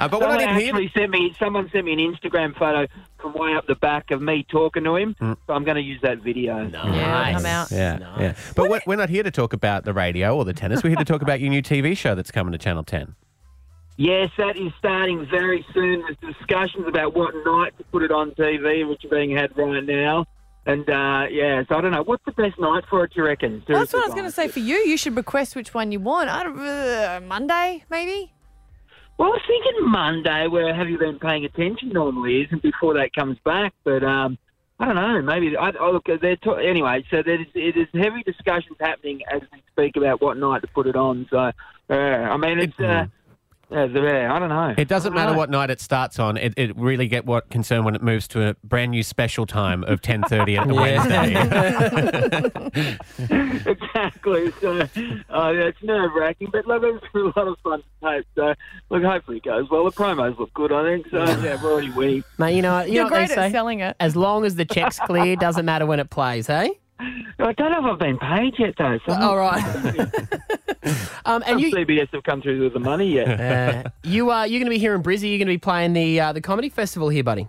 Speaker 4: Uh, but what I
Speaker 19: someone
Speaker 4: didn't hear.
Speaker 19: actually sent me. Someone sent me an Instagram photo from way up the back of me talking to him. So I'm going to use that video.
Speaker 2: Yeah, come out.
Speaker 4: Mm. Yeah, yeah. But we're, we're not here to talk about the radio or the tennis. We're here to talk about your new TV show that's coming to Channel 10.
Speaker 19: Yes, that is starting very soon. There's discussions about what night to put it on TV, which are being had right now. And uh, yeah, so I don't know. What's the best night for it? Do you reckon?
Speaker 2: Well, that's what I was
Speaker 19: Seriously,
Speaker 2: going to say for you. You should request which one you want. I don't, uh, Monday, maybe?
Speaker 19: Well, I was thinking Monday. Where have you been paying attention? Normally isn't before that comes back, but um, I don't know. Maybe I, I look. They're ta- anyway. So there is, it is heavy discussions happening as we speak about what night to put it on. So uh, I mean, it's. Uh, yeah, yeah, I don't know.
Speaker 4: Hmm. It doesn't matter
Speaker 19: Right.
Speaker 4: what night it starts on. It, it really get what concern when it moves to a brand new special time of 10:30 at the Wednesday.
Speaker 19: exactly. So uh, yeah, it's nerve wracking, but look, it's a lot of fun to tape. So look, hopefully it goes well. The promos look good, I think. So yeah, we're already winning.
Speaker 1: Mate, you know, you know
Speaker 2: You're
Speaker 1: what they
Speaker 2: great at
Speaker 1: say?
Speaker 2: selling it.
Speaker 1: As long as the check's clear, doesn't matter when it plays, hey?
Speaker 19: I don't know if I've been paid yet, though. So
Speaker 1: All right. um, and you,
Speaker 19: CBS have come through with the money yet.
Speaker 1: Uh, you uh, you're going to be here in Brizzy. You're going to be playing the uh, the comedy festival here, buddy.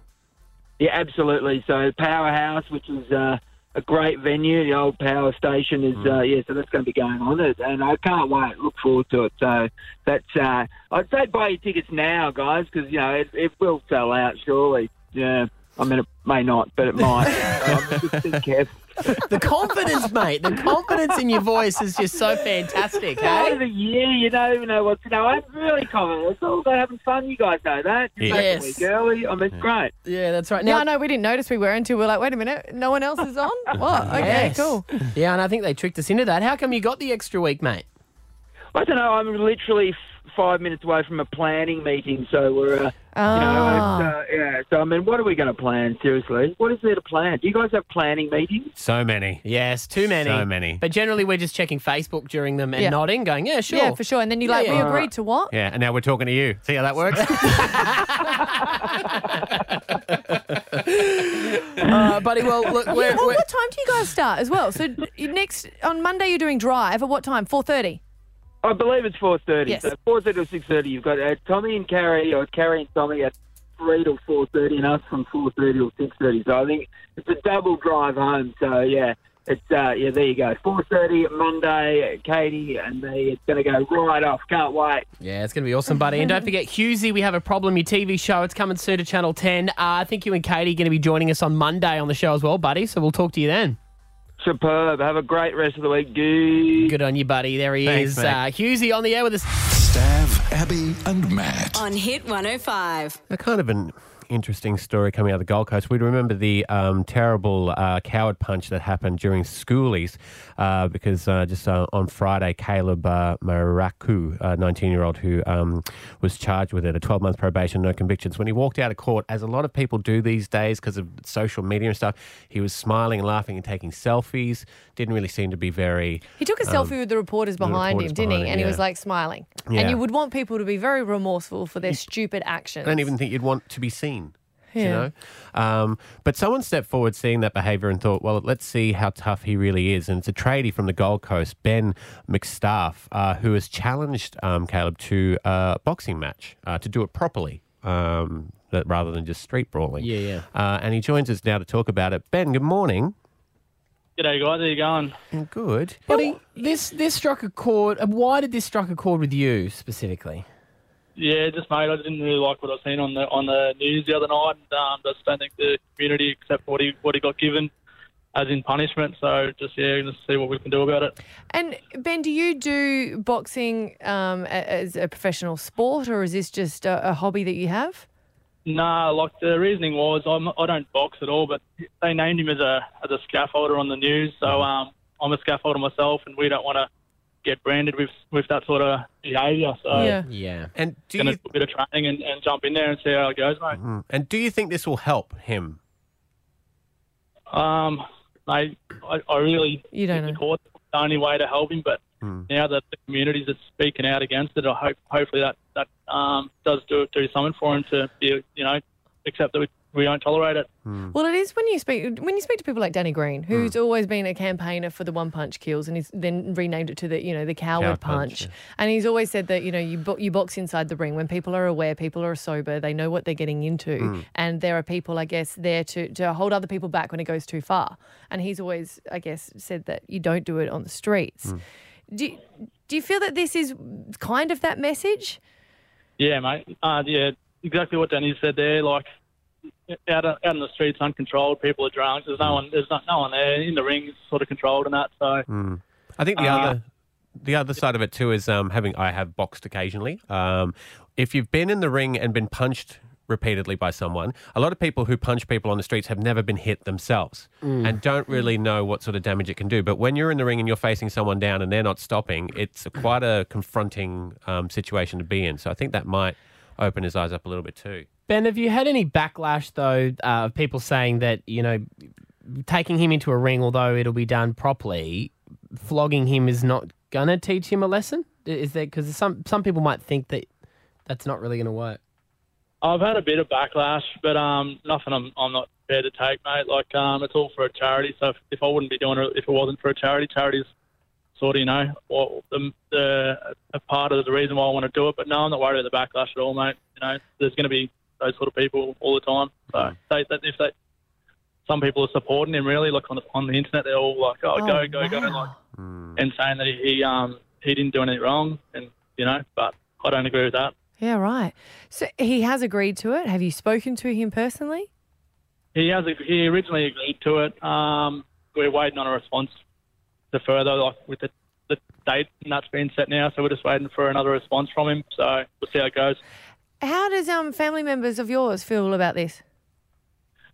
Speaker 19: Yeah, absolutely. So Powerhouse, which is uh, a great venue, the old power station is uh, yeah. So that's going to be going on, it, and I can't wait. Look forward to it. So that's uh, I'd say buy your tickets now, guys, because you know it, it will sell out surely. Yeah. I mean, it may not, but it might. um, just be careful.
Speaker 1: The confidence, mate. The confidence in your voice is just so fantastic. Hey?
Speaker 19: Over the year, you don't even know what to know. I'm really confident. It's all about having fun. You guys know that. You're
Speaker 1: Yes.
Speaker 19: basically Girly. I mean, it's great.
Speaker 1: Yeah, that's right.
Speaker 2: no, no, we didn't notice we were until we are like, wait a minute, no one else is on? what? Okay,
Speaker 1: Yes.
Speaker 2: cool.
Speaker 1: Yeah, and I think they tricked us into that. How come you got the extra week, mate?
Speaker 19: I don't know. I'm literally f- five minutes away from a planning meeting, so we're. Uh, You know, it's, uh, yeah. So I mean, what are we going to plan? Seriously, what is there to plan? Do you guys have planning meetings?
Speaker 4: So many.
Speaker 1: Yes, too many.
Speaker 4: So many.
Speaker 1: But generally, we're just checking Facebook during them and
Speaker 2: Yeah.
Speaker 1: nodding, going, yeah, sure.
Speaker 2: Yeah, for sure. And then you're
Speaker 1: Yeah,
Speaker 2: like,
Speaker 1: yeah.
Speaker 2: we agreed to what?
Speaker 4: Yeah, and now we're talking to you. See how that works?
Speaker 1: Uh, buddy,
Speaker 4: Oh,
Speaker 1: well, look,
Speaker 2: Yeah,
Speaker 1: we're,
Speaker 2: well,
Speaker 1: we're,
Speaker 2: what time do you guys start as well? So d- next on Monday you're doing drive at what time? Four thirty.
Speaker 19: I believe it's four thirty.
Speaker 2: Yes.
Speaker 19: So four thirty or six thirty. You've got uh, Tommy and Carrie, or Carrie and Tommy at three till four thirty, and us from four thirty till six thirty. So I think it's a double drive home. So yeah, it's uh, yeah. There you go. Four thirty Monday, Katie and me. It's going to go right off. Can't wait.
Speaker 1: yeah, it's going to be awesome, buddy. And don't forget, Husey, we have a problem. Your TV show, it's coming soon to Channel 10. Uh, I think you and Katie are going to be joining us on Monday on the show as well, buddy. So we'll talk to you then.
Speaker 19: Superb. Have a great rest of the week. Good.
Speaker 1: Good on you, buddy. There he
Speaker 7: Thanks,
Speaker 1: is.
Speaker 7: mate.
Speaker 1: Uh, Husey on the air with us.
Speaker 7: Stav, Abby, and Matt.
Speaker 8: On Hit 105.
Speaker 4: A kind of an interesting story coming out of the Gold Coast. We remember the um, terrible uh, coward punch that happened during schoolies uh, because uh, just uh, on Friday, Caleb uh, Maraku, a 19 year old who um, was charged with it, a 12 month probation, no convictions. When he walked out of court, as a lot of people do these days because of social media and stuff, he was smiling and laughing and taking selfies. Didn't really seem to be very.
Speaker 2: He took a
Speaker 4: um,
Speaker 2: selfie with the reporters behind
Speaker 4: reporters
Speaker 2: him, didn't
Speaker 4: behind
Speaker 2: he?
Speaker 4: him,
Speaker 2: And he
Speaker 4: yeah.
Speaker 2: was like smiling.
Speaker 4: Yeah.
Speaker 2: And you would want people to be very remorseful for their stupid actions.
Speaker 4: I don't even think you'd want to be seen. You
Speaker 2: Yeah.
Speaker 4: know? um, but someone stepped forward seeing that behaviour and thought, well, let's see how tough he really is. And it's a tradie from the Gold Coast, Ben McStaff, uh, who has challenged um, Caleb to a boxing match uh, to do it properly um, that, rather than just street brawling.
Speaker 1: Yeah, yeah.
Speaker 4: Uh, and he joins us now to talk about it. Ben, good morning.
Speaker 16: G'day, guys. How you going?
Speaker 4: Good.
Speaker 1: Buddy, this, this struck a chord. And Why did this struck a chord with you specifically?
Speaker 16: Yeah, just mate. I didn't really like what I seen on the on the news the other night. Um, I just don't think the community accept what he what he got given as in punishment. So just yeah, just see what we can do about it.
Speaker 2: And Ben, do you do boxing um, a- as a professional sport, or is this just a, a hobby that you have?
Speaker 16: Nah, like the reasoning was I'm, I don't box at all, but they named him as a as a scaffolder on the news. So um, I'm a scaffolder myself, and we don't want to get branded with with that sort of behaviour. So
Speaker 1: Yeah.
Speaker 4: And do
Speaker 16: gonna
Speaker 4: you,
Speaker 16: do a bit of training and, and jump in there and see how it goes, mate.
Speaker 4: Mm. and do you think this will help him?
Speaker 16: Um, mate, I, I really
Speaker 2: You don't
Speaker 16: think
Speaker 2: know.
Speaker 16: the court's the only way to help him, but now that the communities are speaking out against it, I hope hopefully that that um, does do do something for him to be you know accept that we, we don't tolerate it.
Speaker 2: Well, it is when you speak when you speak to people like Danny Green, who's
Speaker 14: Mm.
Speaker 2: always been a campaigner for the one punch kills, and he's then renamed it to the you know the coward,
Speaker 14: Coward punch,
Speaker 2: punch. And he's always said that you know you bo- you box inside the ring when people are aware, people are sober, they know what they're getting into,
Speaker 14: Mm.
Speaker 2: and there are people I guess there to to hold other people back when it goes too far. And he's always I guess said that you don't do it on the
Speaker 14: Mm.
Speaker 2: streets. Do do you feel that this is kind of that message?
Speaker 16: Yeah, mate. Uh, yeah, exactly what Danny said there. Like out out in the streets, uncontrolled. People are drunk. There's no one. There's not, no one there in the ring. It's sort of controlled and that. So
Speaker 4: Mm. I think the
Speaker 16: Uh,
Speaker 4: other the other side of it too is um, having I have boxed occasionally. Um, if you've been in the ring and been punched repeatedly by someone, a lot of people who punch people on the streets have never been hit themselves
Speaker 1: Mm.
Speaker 4: and don't really know what sort of damage it can do. But when you're in the ring and you're facing someone down and they're not stopping, it's a, quite a confronting um, situation to be in. So I think that might open his eyes up a little bit too.
Speaker 1: Ben, have you had any backlash though uh, of people saying that you know taking him into a ring, although it'll be done properly, flogging him is not gonna teach him a lesson? I- Is there because some some people might think that that's not really gonna work?
Speaker 16: I've had a bit of backlash, but um, nothing I'm, I'm not prepared to take, mate. Like, um, it's all for a charity. So if, if I wouldn't be doing it, if it wasn't for a charity, charities sort of, you know, what the, the a part of the reason why I want to do it. But no, I'm not worried about the backlash at all, mate. You know, there's going to be those sort of people all the time. So they, that if they, some people are supporting him really, like on the on the internet, they're all like, oh,
Speaker 2: Oh,
Speaker 16: go, go, go,
Speaker 2: wow.
Speaker 16: like, and saying that he, he um he didn't do anything wrong, and you know, but I don't agree with that.
Speaker 2: Yeah, right. So he has agreed to it. Have you spoken to him personally?
Speaker 16: He has. He originally agreed to it. Um, we're waiting on a response to further, like with the, the date and that's been set now. So we're just waiting for another response from him. So we'll see how it goes.
Speaker 2: How does um family members of yours feel about this?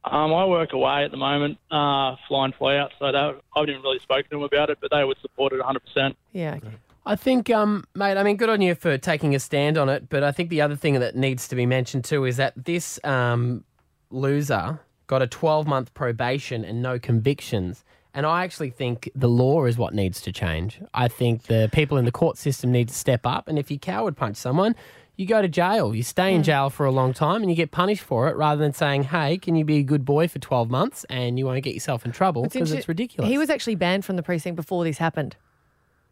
Speaker 16: Um, I work away at the moment, uh, fly and fly out. So they, I haven't even really spoken to them about it, but they would support it 100. percent
Speaker 2: Yeah.
Speaker 1: I think, um, mate, I mean, good on you for taking a stand on it, but I think the other thing that needs to be mentioned too is that this um, loser got a 12 month probation and no convictions. And I actually think the law is what needs to change. I think the people in the court system need to step up. And if you coward punch someone, you go to jail. You stay in jail for a long time and you get punished for it rather than saying, hey, can you be a good boy for 12 months and you won't get yourself in trouble because
Speaker 2: inter-
Speaker 1: it's ridiculous.
Speaker 2: He was actually banned from the precinct before this happened.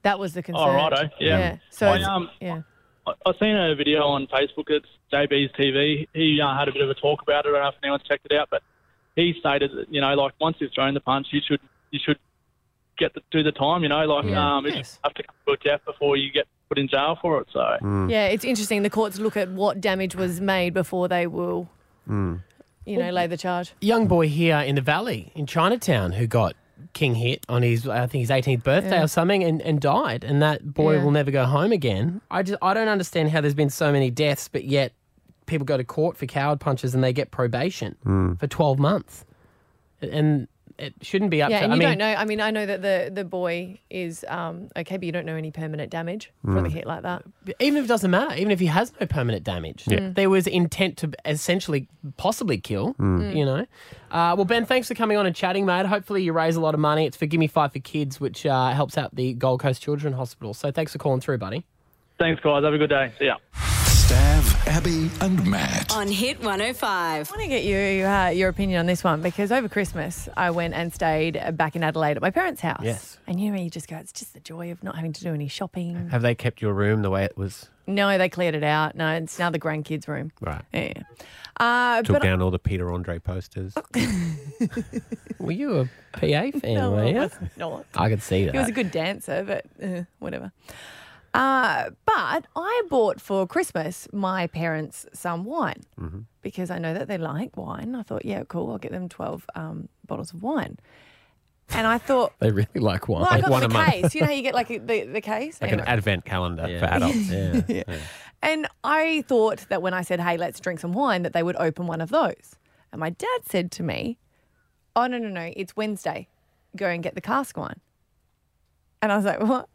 Speaker 2: That was the concern.
Speaker 16: Oh, righto. Yeah.
Speaker 2: So,
Speaker 16: I,
Speaker 2: it's-
Speaker 16: um,
Speaker 2: yeah.
Speaker 16: I- I've seen a video on Facebook. It's JB's TV. He uh, had a bit of a talk about it. I don't know if anyone's checked it out, but he stated that you know, like once you've thrown the punch, you should you should get the, do the time. You know, like
Speaker 2: Yeah.
Speaker 16: um, you have to come to a death before you get put in jail for it. So
Speaker 1: Hmm.
Speaker 2: Yeah, it's interesting. The courts look at what damage was made before they will, you know, lay the charge.
Speaker 1: young boy here in the valley in Chinatown who got king hit on his I think his 18th birthday
Speaker 2: Yeah.
Speaker 1: or something and, and died and that boy
Speaker 2: Yeah.
Speaker 1: will never go home again. I just I don't understand how there's been so many deaths but yet people go to court for coward punches and they get probation
Speaker 2: Hmm.
Speaker 1: for 12 months. And it shouldn't be up
Speaker 2: yeah,
Speaker 1: to
Speaker 2: and
Speaker 1: I
Speaker 2: you
Speaker 1: mean
Speaker 2: don't know. I mean, I know that the the boy is um, okay, but you don't know any permanent damage from a
Speaker 1: Mm.
Speaker 2: hit like that.
Speaker 1: even if it doesn't matter, even if he has no permanent damage,
Speaker 2: Yeah. Mm.
Speaker 1: there was intent to essentially possibly kill,
Speaker 2: Mm. Mm.
Speaker 1: you know. Uh, well, Ben, thanks for coming on and chatting, mate. Hopefully, you raise a lot of money. It's for Gimme Five for Kids, which uh, helps out the Gold Coast Children's Hospital. So thanks for calling through, buddy.
Speaker 16: thanks, guys. Have a good day. See ya.
Speaker 7: Stav, Abby, and Matt.
Speaker 2: On Hit 105. I want to get you uh, your opinion on this one because over Christmas I went and stayed uh, back in Adelaide at my parents' house.
Speaker 4: Yes.
Speaker 2: And you know, you just go, it's just the joy of not having to do any shopping.
Speaker 4: Have they kept your room the way it was?
Speaker 2: No, they cleared it out. No, it's now the grandkids' room.
Speaker 4: Right.
Speaker 2: Yeah. Uh,
Speaker 4: Took
Speaker 2: but
Speaker 4: down all the Peter Andre posters.
Speaker 1: Were you a PA fan?
Speaker 2: No,
Speaker 1: were
Speaker 2: I
Speaker 1: you?
Speaker 2: was not.
Speaker 1: I could see that.
Speaker 2: He was a good dancer, but uh, whatever. Uh, but I bought for Christmas my parents some wine
Speaker 4: Mm-hmm.
Speaker 2: because I know that they like wine. I thought, yeah, cool, I'll get them 12 um, bottles of wine. And I thought,
Speaker 1: They really like wine.
Speaker 2: well, I got
Speaker 4: One
Speaker 2: the
Speaker 4: a month.
Speaker 2: case. You know how you get like the, the case?
Speaker 4: like an
Speaker 2: Anyway.
Speaker 4: advent calendar for adults.
Speaker 1: Yeah.
Speaker 2: And I thought that when I said, hey, let's drink some wine, that they would open one of those. And my dad said to me, oh, no, no, no, it's Wednesday. Go and get the cask wine. And I was like, what?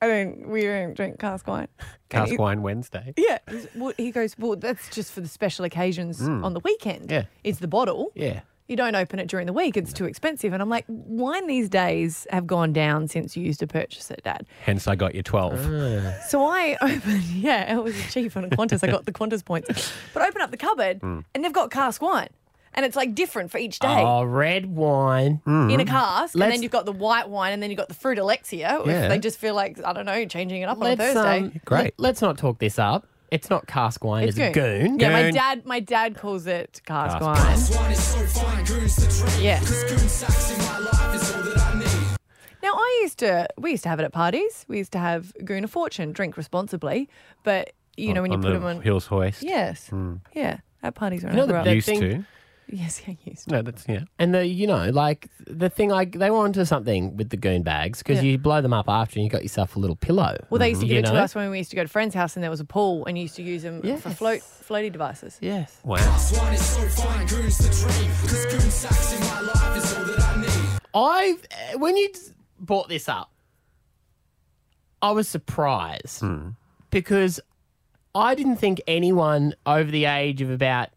Speaker 2: I don't, we don't drink cask wine.
Speaker 4: Cask
Speaker 2: He-
Speaker 4: Wine Wednesday.
Speaker 2: Yeah. He's- well, He goes, well, that's just for the special occasions
Speaker 4: Mm.
Speaker 2: on the weekend.
Speaker 4: Yeah.
Speaker 2: It's the bottle.
Speaker 4: Yeah.
Speaker 2: You don't open it during the week. It's too expensive. And I'm like, wine these days have gone down since you used to purchase it, Dad.
Speaker 4: Hence, I got you 12. Ah.
Speaker 2: So I opened, yeah, it was cheap on a Qantas. I got the Qantas points. But I open up the cupboard
Speaker 1: Mm.
Speaker 2: and they've got cask wine. And it's like different for each day
Speaker 1: Oh, red wine
Speaker 2: in a cask. and
Speaker 1: Let's-
Speaker 2: then you've got the white wine and then you've got the fruit Alexia. if
Speaker 1: Yeah.
Speaker 2: They just feel like, I don't know, changing it up on a
Speaker 1: let's,
Speaker 2: Thursday.
Speaker 1: um, Let, us not talk this up. It's not cask wine. It's, a goon.
Speaker 2: Yeah, my dad my dad calls it cask
Speaker 1: Cask
Speaker 2: wine. Yeah. Now I used to we used to have it at parties. We used to have goon of fortune, drink responsibly. But you know when you
Speaker 4: on
Speaker 2: put
Speaker 4: the
Speaker 2: them on
Speaker 4: Hills Hoist.
Speaker 2: Yes.
Speaker 4: Mm.
Speaker 2: Yeah. At parties when
Speaker 1: You know
Speaker 2: I grew
Speaker 1: that
Speaker 2: up.
Speaker 1: that Used thing- to.
Speaker 2: Yes, yeah, used to.
Speaker 4: No, that's, yeah.
Speaker 1: And the you know like the thing like they were onto something with the goon bags because
Speaker 2: Yeah.
Speaker 1: you blow them up after and you got yourself a little pillow. Mm-hmm.
Speaker 2: Well, they used to
Speaker 1: You
Speaker 2: give it to
Speaker 1: know?
Speaker 2: us when we used to go to friends' house, and there was a pool, and you used to use them for float floaty devices.
Speaker 1: Yes.
Speaker 4: Wow.
Speaker 1: I when you d- brought this up, I was surprised
Speaker 4: Hmm.
Speaker 1: because I didn't think anyone over the age of about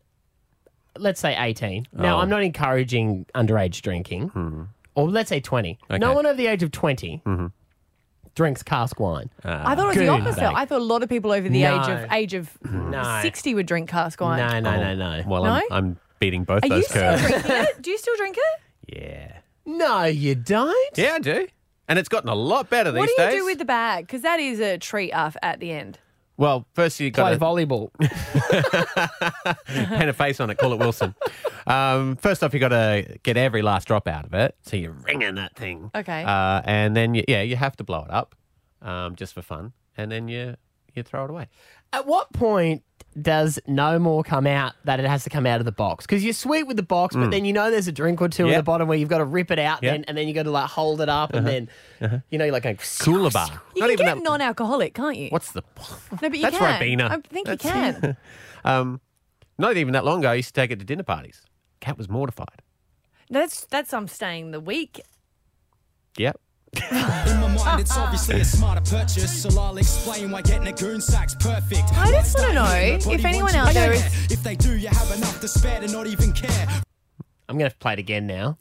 Speaker 1: let's say 18. Now,
Speaker 4: Oh. Hmm.
Speaker 1: I'm not encouraging underage drinking. Or let's say 20. No
Speaker 4: Okay. Mm-hmm.
Speaker 1: one over the age of 20 drinks cask wine.
Speaker 4: Ah.
Speaker 2: I thought it was the opposite. I thought a lot of people over the age of
Speaker 1: No.
Speaker 2: age of
Speaker 4: Hmm.
Speaker 1: No.
Speaker 2: sixty would drink cask wine.
Speaker 1: No, no, no, no.
Speaker 4: Oh. Well, I'm,
Speaker 2: No?
Speaker 4: I'm beating both
Speaker 2: Are you
Speaker 4: those
Speaker 2: still
Speaker 4: curves.
Speaker 2: drinking it? Do you still drink it?
Speaker 1: No, you don't.
Speaker 4: Yeah, I do. And it's gotten a lot better
Speaker 2: What
Speaker 4: these
Speaker 2: do you
Speaker 4: days.
Speaker 2: do with the bag? Because that is a treat af- at the end.
Speaker 4: well, first you
Speaker 1: Play
Speaker 4: got
Speaker 1: volleyball.
Speaker 4: paint a face on it. Call it Wilson. um, first off, you got to get every last drop out of it. So you're wringing that thing.
Speaker 2: Okay.
Speaker 4: Uh, and then you, yeah, you have to blow it up, um, just for fun. And then you you throw it away.
Speaker 1: At what point does no more come out that it has to come out of the box? Because you're sweet with the box, but
Speaker 4: Mm.
Speaker 1: then you know there's a drink or two at
Speaker 4: Yep.
Speaker 1: the bottom where you've got to rip it out,
Speaker 4: Yep.
Speaker 1: then, and then you got to like hold it up, and
Speaker 4: Uh-huh.
Speaker 1: then you know you're like going
Speaker 4: Cooler bar.
Speaker 2: You can get non-alcoholic, can't you?
Speaker 4: What's the
Speaker 2: No, but you
Speaker 4: That's
Speaker 2: can.
Speaker 4: Ribena.
Speaker 2: I think you
Speaker 4: That's-
Speaker 2: can.
Speaker 4: um, not even that long ago, I used to take it to dinner parties. Cat was mortified.
Speaker 2: That's that's I'm staying the week.
Speaker 4: Yep.
Speaker 18: It's obviously a smarter purchase, so I'll explain why getting a goon sack's perfect.
Speaker 2: I just wanna know if anyone out there is-
Speaker 18: If they do, you have enough to spare to not even care.
Speaker 1: I'm going to play it again now,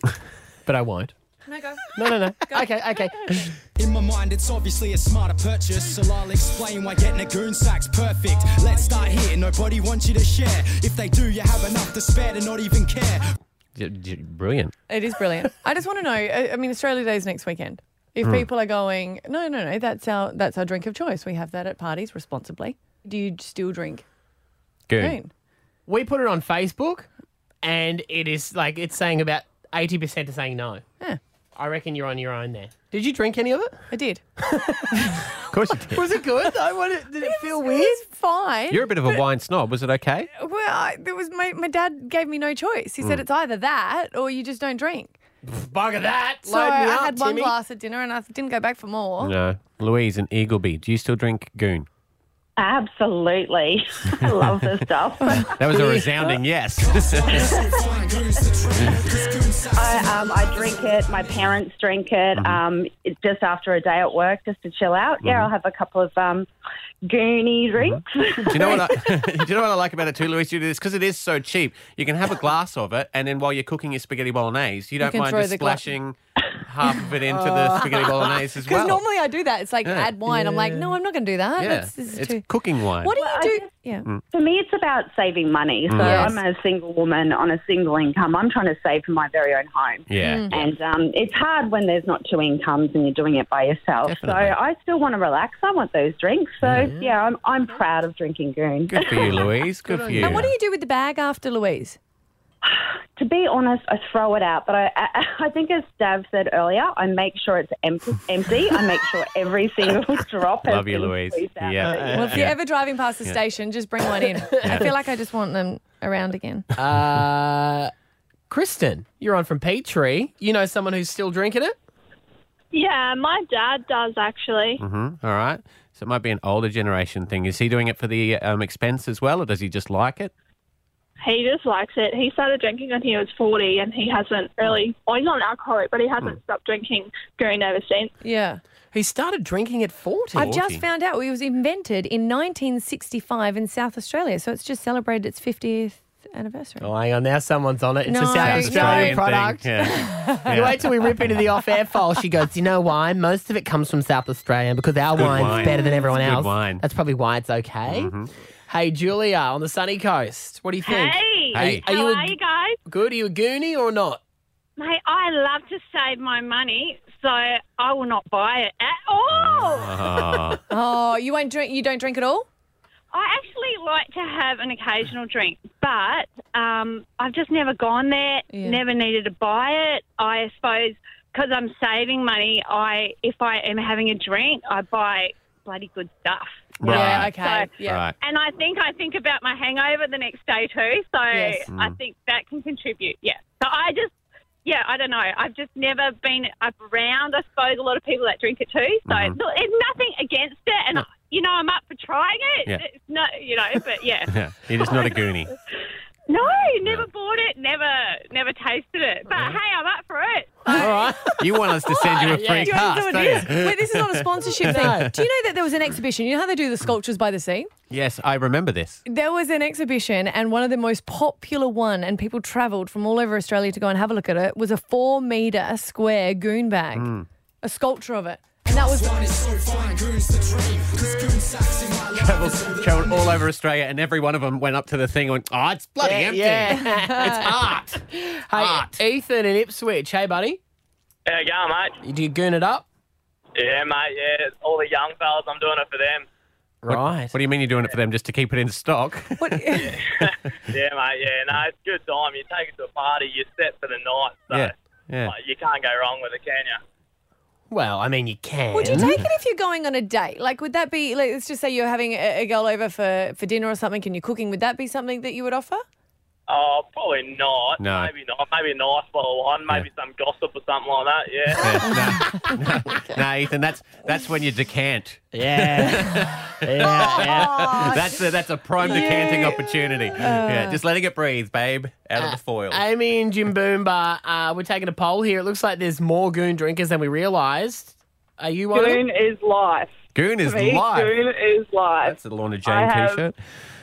Speaker 1: but I won't.
Speaker 2: No, go.
Speaker 1: No, no, no. okay, okay.
Speaker 18: In my mind, it's obviously a smarter purchase, so I'll explain why getting a goon sack's perfect. Let's start here, nobody wants you to share. If they do, you have enough to spare to not even care.
Speaker 4: J- j- Brilliant.
Speaker 2: It is brilliant. I just want to know. I I mean, Australia Day's next weekend. If
Speaker 4: Mm.
Speaker 2: people are going, no, no, no, that's our that's our drink of choice. We have that at parties responsibly. Do you still drink? Goon.
Speaker 1: We put it on Facebook, and it is like it's saying about eighty percent are saying no. I reckon you're on your own there. Did you drink any of it?
Speaker 2: I did.
Speaker 4: Of course you did.
Speaker 1: Was it good? though? What it- did it feel
Speaker 2: It
Speaker 1: weird?
Speaker 2: was fine.
Speaker 4: You're a bit of a
Speaker 2: but-
Speaker 4: wine snob. Was it okay?
Speaker 2: Well, I, there was my my dad gave me no choice. He said
Speaker 4: Mm.
Speaker 2: it's either that or you just don't drink.
Speaker 1: Bugger that.
Speaker 2: So
Speaker 1: Load
Speaker 2: I
Speaker 1: me up,
Speaker 2: had one
Speaker 1: Timmy.
Speaker 2: glass at dinner and I didn't go back for more.
Speaker 4: No. Louise and Eagleby, do you still drink goon?
Speaker 6: Absolutely. I love this stuff.
Speaker 4: That was a resounding yes.
Speaker 6: I, um, I drink it. My parents drink it.
Speaker 17: Mm-hmm.
Speaker 6: Um, it's just after a day at work, just to chill out. Yeah, I'll have a couple of um, goony drinks.
Speaker 4: Do you know what I, do you know what I like about it too, Louise? You do this because it is so cheap. You can have a glass of it, and then while you're cooking your spaghetti bolognese, you don't
Speaker 2: can
Speaker 4: mind
Speaker 2: throw
Speaker 4: just
Speaker 2: the gla-
Speaker 4: splashing half of it into the spaghetti bolognese as well.
Speaker 2: Because Oh. normally I do that. It's like
Speaker 4: Yeah.
Speaker 2: add wine. I'm like, no, I'm not going to do that.
Speaker 4: yeah,
Speaker 2: oh, That's, this is
Speaker 4: it's
Speaker 2: too.
Speaker 4: cooking wine.
Speaker 2: What do you do? yeah.
Speaker 6: For me, it's about saving money. So
Speaker 4: Mm. Yes.
Speaker 6: I'm a single woman on a single income. I'm trying to save for my very own home.
Speaker 4: Yeah. Mm.
Speaker 6: And um, it's hard when there's not two incomes and you're doing it by yourself. So I still want to relax. I want those drinks. So yeah, I'm, I'm proud of drinking goon.
Speaker 4: Good for you, Louise. Good, for you.
Speaker 2: And what do you do with the bag after Louise?
Speaker 6: to be honest, I throw it out. But I, I, I think as Dav said earlier, I make sure it's empty. empty. I make sure every single drop. has
Speaker 4: Love you,
Speaker 6: been
Speaker 4: Louise.
Speaker 6: squeezed out.
Speaker 4: Yeah.
Speaker 2: Well, if you're
Speaker 4: Yeah.
Speaker 2: ever driving past the
Speaker 4: Yeah.
Speaker 2: station, just bring one in. I feel like I just want them around again.
Speaker 1: Uh, Kristen, you're on from Petrie. You know someone who's still drinking it?
Speaker 14: Yeah, my dad does actually.
Speaker 4: Mm-hmm. All right. So it might be an older generation thing. Is he doing it for the um, expense as well, or does he just like it?
Speaker 14: He just likes it. He started drinking when he was 40 and he hasn't really, well, he's not an alcoholic, but he hasn't
Speaker 1: Hmm.
Speaker 14: stopped drinking during ever since.
Speaker 2: Yeah.
Speaker 1: He started drinking at 40.
Speaker 2: I've just found out it was invented in 1965 in South Australia, so it's just celebrated its 50th anniversary.
Speaker 1: Oh, hang on. Now someone's on it. It's
Speaker 2: No,
Speaker 1: a South
Speaker 2: no.
Speaker 1: Australian
Speaker 2: Thing,
Speaker 1: product.
Speaker 4: Yeah.
Speaker 1: You wait till we rip into the off-air file. She goes, "Do you know why? Most of it comes from South Australia because our
Speaker 4: Good
Speaker 1: wine's
Speaker 4: wine.
Speaker 1: better than everyone
Speaker 4: It's good
Speaker 1: else.
Speaker 4: wine.
Speaker 1: That's probably why it's okay."
Speaker 19: Mm-hmm.
Speaker 1: Hey, Julia, on the sunny coast, what do you think?
Speaker 20: Hey,
Speaker 1: are,
Speaker 20: how
Speaker 1: you a-
Speaker 20: are you guys?
Speaker 1: good? Are you a goonie or not?
Speaker 20: Mate, I love to save my money, so I will not buy it at all. Ah.
Speaker 2: oh, you won't drink. You don't drink at all.
Speaker 20: I actually like to have an occasional drink, but um, I've just never gone there, never needed to buy it. I suppose because I'm saving money, I if I am having a drink, I buy bloody good stuff.
Speaker 4: Right. Yeah,
Speaker 20: okay,
Speaker 4: yeah. Right.
Speaker 20: And I think I think about my hangover the next day too, so
Speaker 4: Yes.
Speaker 20: I
Speaker 4: Mm.
Speaker 20: think that can contribute. Yeah. So I just, yeah, I don't know. I've just never been up around, I suppose, a lot of people that drink it too. So
Speaker 4: Mhm.
Speaker 20: it's, it's nothing against it, and you know, I'm up for trying it.
Speaker 4: Yeah.
Speaker 20: It's no, you know, but yeah.
Speaker 4: Yeah. It is not a goonie.
Speaker 20: No, never bought it, never, never tasted it. But hey, I'm up for it.
Speaker 1: All right.
Speaker 4: You want us to send
Speaker 2: Ah,
Speaker 4: you a
Speaker 1: Yeah.
Speaker 4: free
Speaker 1: Do you
Speaker 4: cast,
Speaker 1: understand
Speaker 4: don't
Speaker 1: what it
Speaker 4: you?
Speaker 1: is?
Speaker 2: Wait, this is not a sponsorship
Speaker 4: No.
Speaker 2: thing. Do you know that there was an exhibition? You know how they do the sculptures by the sea?
Speaker 4: Yes, I remember this.
Speaker 2: There was an exhibition, and one of the most popular one, and people travelled from all over Australia to go and have a look at it, was a four metre square goon bag,
Speaker 1: Hmm.
Speaker 2: a sculpture of it. And that was.
Speaker 4: Traveled, traveled all over Australia, and every one of them went up to the thing and went, "Oh, it's bloody
Speaker 1: Yeah,
Speaker 4: empty.
Speaker 1: yeah.
Speaker 4: it's art."
Speaker 1: Hey, Ethan in Ipswich. Hey, buddy.
Speaker 21: How you going, mate?
Speaker 1: Do you goon it up?
Speaker 21: Yeah, mate. Yeah, all the young fellas, I'm doing it for them.
Speaker 4: Right. What, do you mean you're doing it for them just to keep it in stock?
Speaker 21: Yeah, mate. Yeah, no, it's a good time. You take it to a party, you're set for the night. So
Speaker 4: Yeah. Yeah.
Speaker 21: like, you can't go wrong with it, can you?
Speaker 1: Well, I mean, you can.
Speaker 2: Would you take it if you're going on a date? Like, would that be, like, let's just say you're having a, a girl over for, for dinner or something and you're cooking, would that be something that you would offer?
Speaker 21: Oh, probably not.
Speaker 4: No.
Speaker 21: Maybe not. Maybe a nice bottle of wine. Maybe some gossip or something like that. Yeah.
Speaker 4: no, Ethan, that's that's when you decant.
Speaker 1: Yeah.
Speaker 4: yeah. that's a, that's a prime decanting
Speaker 1: Yeah. Uh.
Speaker 4: opportunity. yeah, just letting it breathe, babe, out
Speaker 14: Uh,
Speaker 4: of the foil.
Speaker 1: Amy and Jim Boomba, uh, we're taking a poll here. It looks like there's more goon drinkers than we realised. Are you one
Speaker 14: Goon
Speaker 1: of them?
Speaker 14: is life.
Speaker 4: Goon is
Speaker 14: For me,
Speaker 4: live.
Speaker 14: Goon is life.
Speaker 4: That's a Lorna
Speaker 14: I
Speaker 4: Jane
Speaker 14: have-
Speaker 4: t-shirt.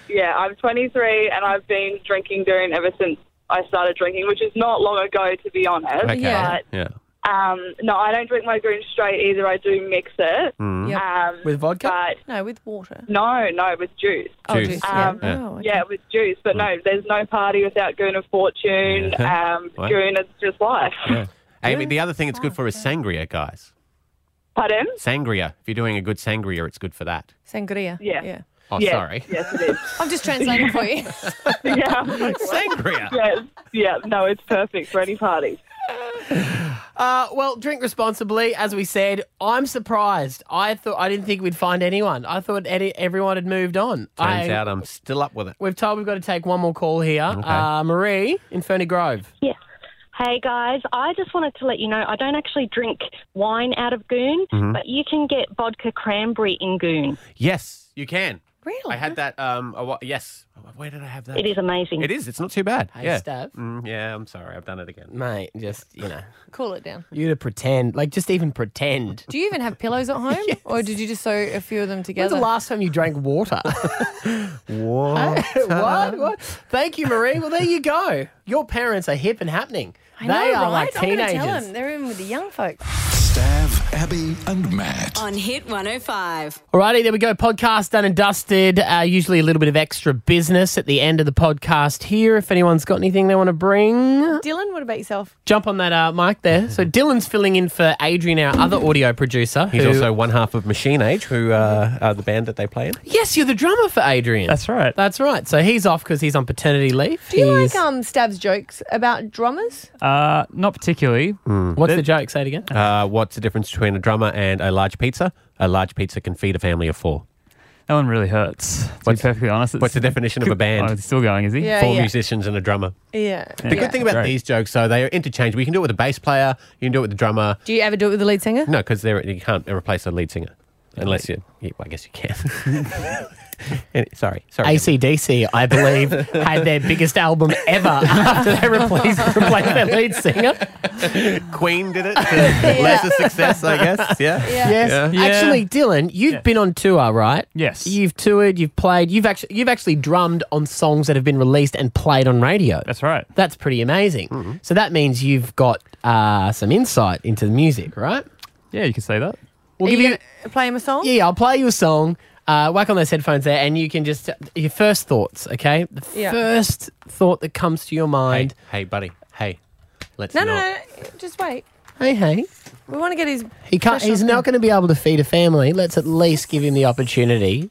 Speaker 14: Yeah, I'm 23 and I've been drinking Goon ever since I started drinking, which is not long ago, to be honest.
Speaker 4: Okay.
Speaker 14: But
Speaker 4: Yeah.
Speaker 14: Um, no, I don't drink my green straight either. I do mix it.
Speaker 4: Mhm.
Speaker 1: Yep.
Speaker 14: Um,
Speaker 1: With vodka?
Speaker 14: But
Speaker 2: no, with water.
Speaker 14: No, no, with juice.
Speaker 2: Oh, Juice, juice, yeah.
Speaker 14: Um,
Speaker 2: Yeah.
Speaker 14: yeah.
Speaker 2: Oh, okay.
Speaker 14: with juice. But no, there's no party without Goon of Fortune.
Speaker 4: Yeah.
Speaker 14: Um,
Speaker 4: Wow.
Speaker 14: Goon is just life.
Speaker 4: Yeah. Amy, the other thing it's good for is sangria, guys.
Speaker 14: Pardon?
Speaker 4: Sangria. If you're doing a good sangria, it's good for that.
Speaker 2: Sangria. Yeah. yeah.
Speaker 4: Oh,
Speaker 14: Yes,
Speaker 4: sorry.
Speaker 14: Yes, it is.
Speaker 2: I'm just translating for you.
Speaker 14: yeah.
Speaker 4: Sangria.
Speaker 14: Yes. Yeah. No, it's perfect for any party.
Speaker 1: Uh, well, drink responsibly. As we said, I'm surprised. I thought I didn't think we'd find anyone. I thought edi- everyone had moved on.
Speaker 4: Turns
Speaker 1: I-
Speaker 4: out I'm still up with it.
Speaker 1: We've told we've got to take one more call here. Uh, Marie in Ferny Grove.
Speaker 3: Hey guys, I just wanted to let you know I don't actually drink wine out of goon,
Speaker 1: Mm-hmm.
Speaker 4: Mhm.
Speaker 3: but you can get vodka cranberry in goon.
Speaker 4: Yes, you can.
Speaker 2: Really?
Speaker 4: I had that. Um, a wh- yes. Where did I have that?
Speaker 3: It is amazing.
Speaker 4: It is. It's not too bad.
Speaker 1: Hey,
Speaker 4: yeah.
Speaker 1: Stav.
Speaker 4: Mm, yeah. I'm sorry. I've done it again.
Speaker 1: Mate, just, you know,
Speaker 2: Cool it down.
Speaker 1: you to pretend, like just even pretend.
Speaker 2: Do you even have pillows at home? Or did you just sew a few of them
Speaker 1: When's
Speaker 2: together?
Speaker 1: the last time you drank water?
Speaker 4: what?
Speaker 1: what? What? Thank you, Marie. Well, there you go. Your parents are hip and happening.
Speaker 2: I
Speaker 1: they
Speaker 2: know,
Speaker 1: are
Speaker 2: right?
Speaker 1: like
Speaker 2: I'm gonna
Speaker 1: teenagers.
Speaker 2: tell them. They're in with the young folks.
Speaker 7: Stav, Abby, and Matt.
Speaker 22: On Hit 105.
Speaker 1: Alrighty, there we go. Podcast done and dusted. Uh, usually a little bit of extra business at the end of the podcast here. If anyone's got anything they want to bring,
Speaker 2: Dylan, what about yourself?
Speaker 1: jump on that uh, mic there. So Dylan's filling in for Adrian, our other audio producer.
Speaker 4: He's
Speaker 1: who-
Speaker 4: also one half of Machine Age, who uh, are the band that they play in.
Speaker 1: yes, you're the drummer for Adrian. That's
Speaker 4: right.
Speaker 1: That's right. So he's off because he's on paternity leave.
Speaker 2: Do you
Speaker 1: He's-
Speaker 2: like um Stab's jokes about drummers?
Speaker 4: Uh, not particularly.
Speaker 1: What's the joke? Say it again.
Speaker 4: Hmm. Uh, what's the difference between a drummer and a large pizza? A large pizza can feed a family of four. That one really hurts. To what's, be perfectly honest. What's the definition of a band?
Speaker 23: Oh, it's still going, is he?
Speaker 2: Yeah,
Speaker 4: four
Speaker 2: yeah.
Speaker 4: musicians and a drummer.
Speaker 2: Yeah.
Speaker 4: The good thing about
Speaker 23: Great.
Speaker 4: these jokes, though, they are interchangeable. You can do it with a bass player. You can do it with the drummer.
Speaker 2: Do you ever do it with the lead singer?
Speaker 4: No, because you can't replace a lead singer. Unless you, yeah, well, I guess you can. Any- sorry, sorry.
Speaker 1: ACDC, I believe, had their biggest album ever after they replaced, replaced their lead singer.
Speaker 4: Queen did it to lesser success, I guess. Yeah.
Speaker 1: Yes.
Speaker 4: Yeah.
Speaker 1: Actually, Dylan, you've been on tour, right? Yes. You've toured, you've played, you've actually you've actually drummed on songs that have been released and played on radio. That's right. That's pretty amazing.
Speaker 4: Mm-hmm.
Speaker 1: So that means you've got uh, some insight into the music, right?
Speaker 23: Yeah, you can say that.
Speaker 1: We'll
Speaker 2: Are
Speaker 1: give
Speaker 2: you
Speaker 1: you,
Speaker 2: gonna play him a song?
Speaker 1: yeah, yeah, I'll play you a song. Uh, whack on those headphones there, and you can just your first thoughts. Okay, the
Speaker 2: Yeah.
Speaker 1: first thought that comes to your mind.
Speaker 4: Hey, buddy. Hey, let's
Speaker 2: No,
Speaker 4: not.
Speaker 2: no, no. Just wait.
Speaker 1: Hey, hey.
Speaker 2: We want to get his.
Speaker 1: He can't.
Speaker 2: professional
Speaker 1: He's
Speaker 2: opinion.
Speaker 1: not going to be able to feed a family. Let's at least give him the opportunity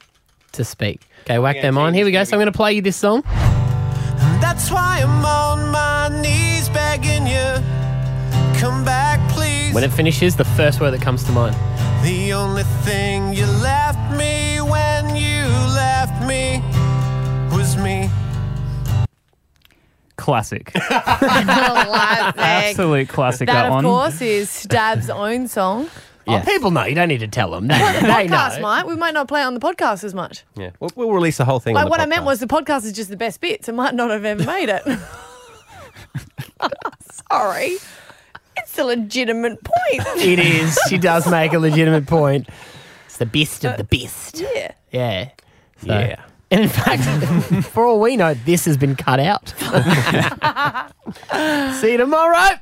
Speaker 1: to speak. Okay, whack them on. Here we go. So I'm going to play you this song.
Speaker 24: That's why I'm on my knees begging you. Come back, please.
Speaker 1: When it finishes, the first word that comes to mind.
Speaker 24: The only thing you left me when you left me was me.
Speaker 23: Classic.
Speaker 2: Classic.
Speaker 23: Absolute classic, that,
Speaker 2: That, of
Speaker 23: one.
Speaker 2: course, is Stab's own song.
Speaker 1: Oh, people know. You don't need to tell them. They, they
Speaker 2: podcast,
Speaker 1: know.
Speaker 2: might. We might not play it on the podcast as much.
Speaker 4: Yeah. We'll, we'll release the whole thing.
Speaker 2: Like
Speaker 4: on the
Speaker 2: what I
Speaker 4: podcast.
Speaker 2: meant was the podcast is just the best bits. It might not have ever made it. Sorry. It's a legitimate point.
Speaker 1: It is. She does make a legitimate point. It's the best of the best.
Speaker 2: Yeah.
Speaker 1: Yeah. So-
Speaker 4: Yeah.
Speaker 1: And in fact, for all we know, this has been cut out. See you tomorrow.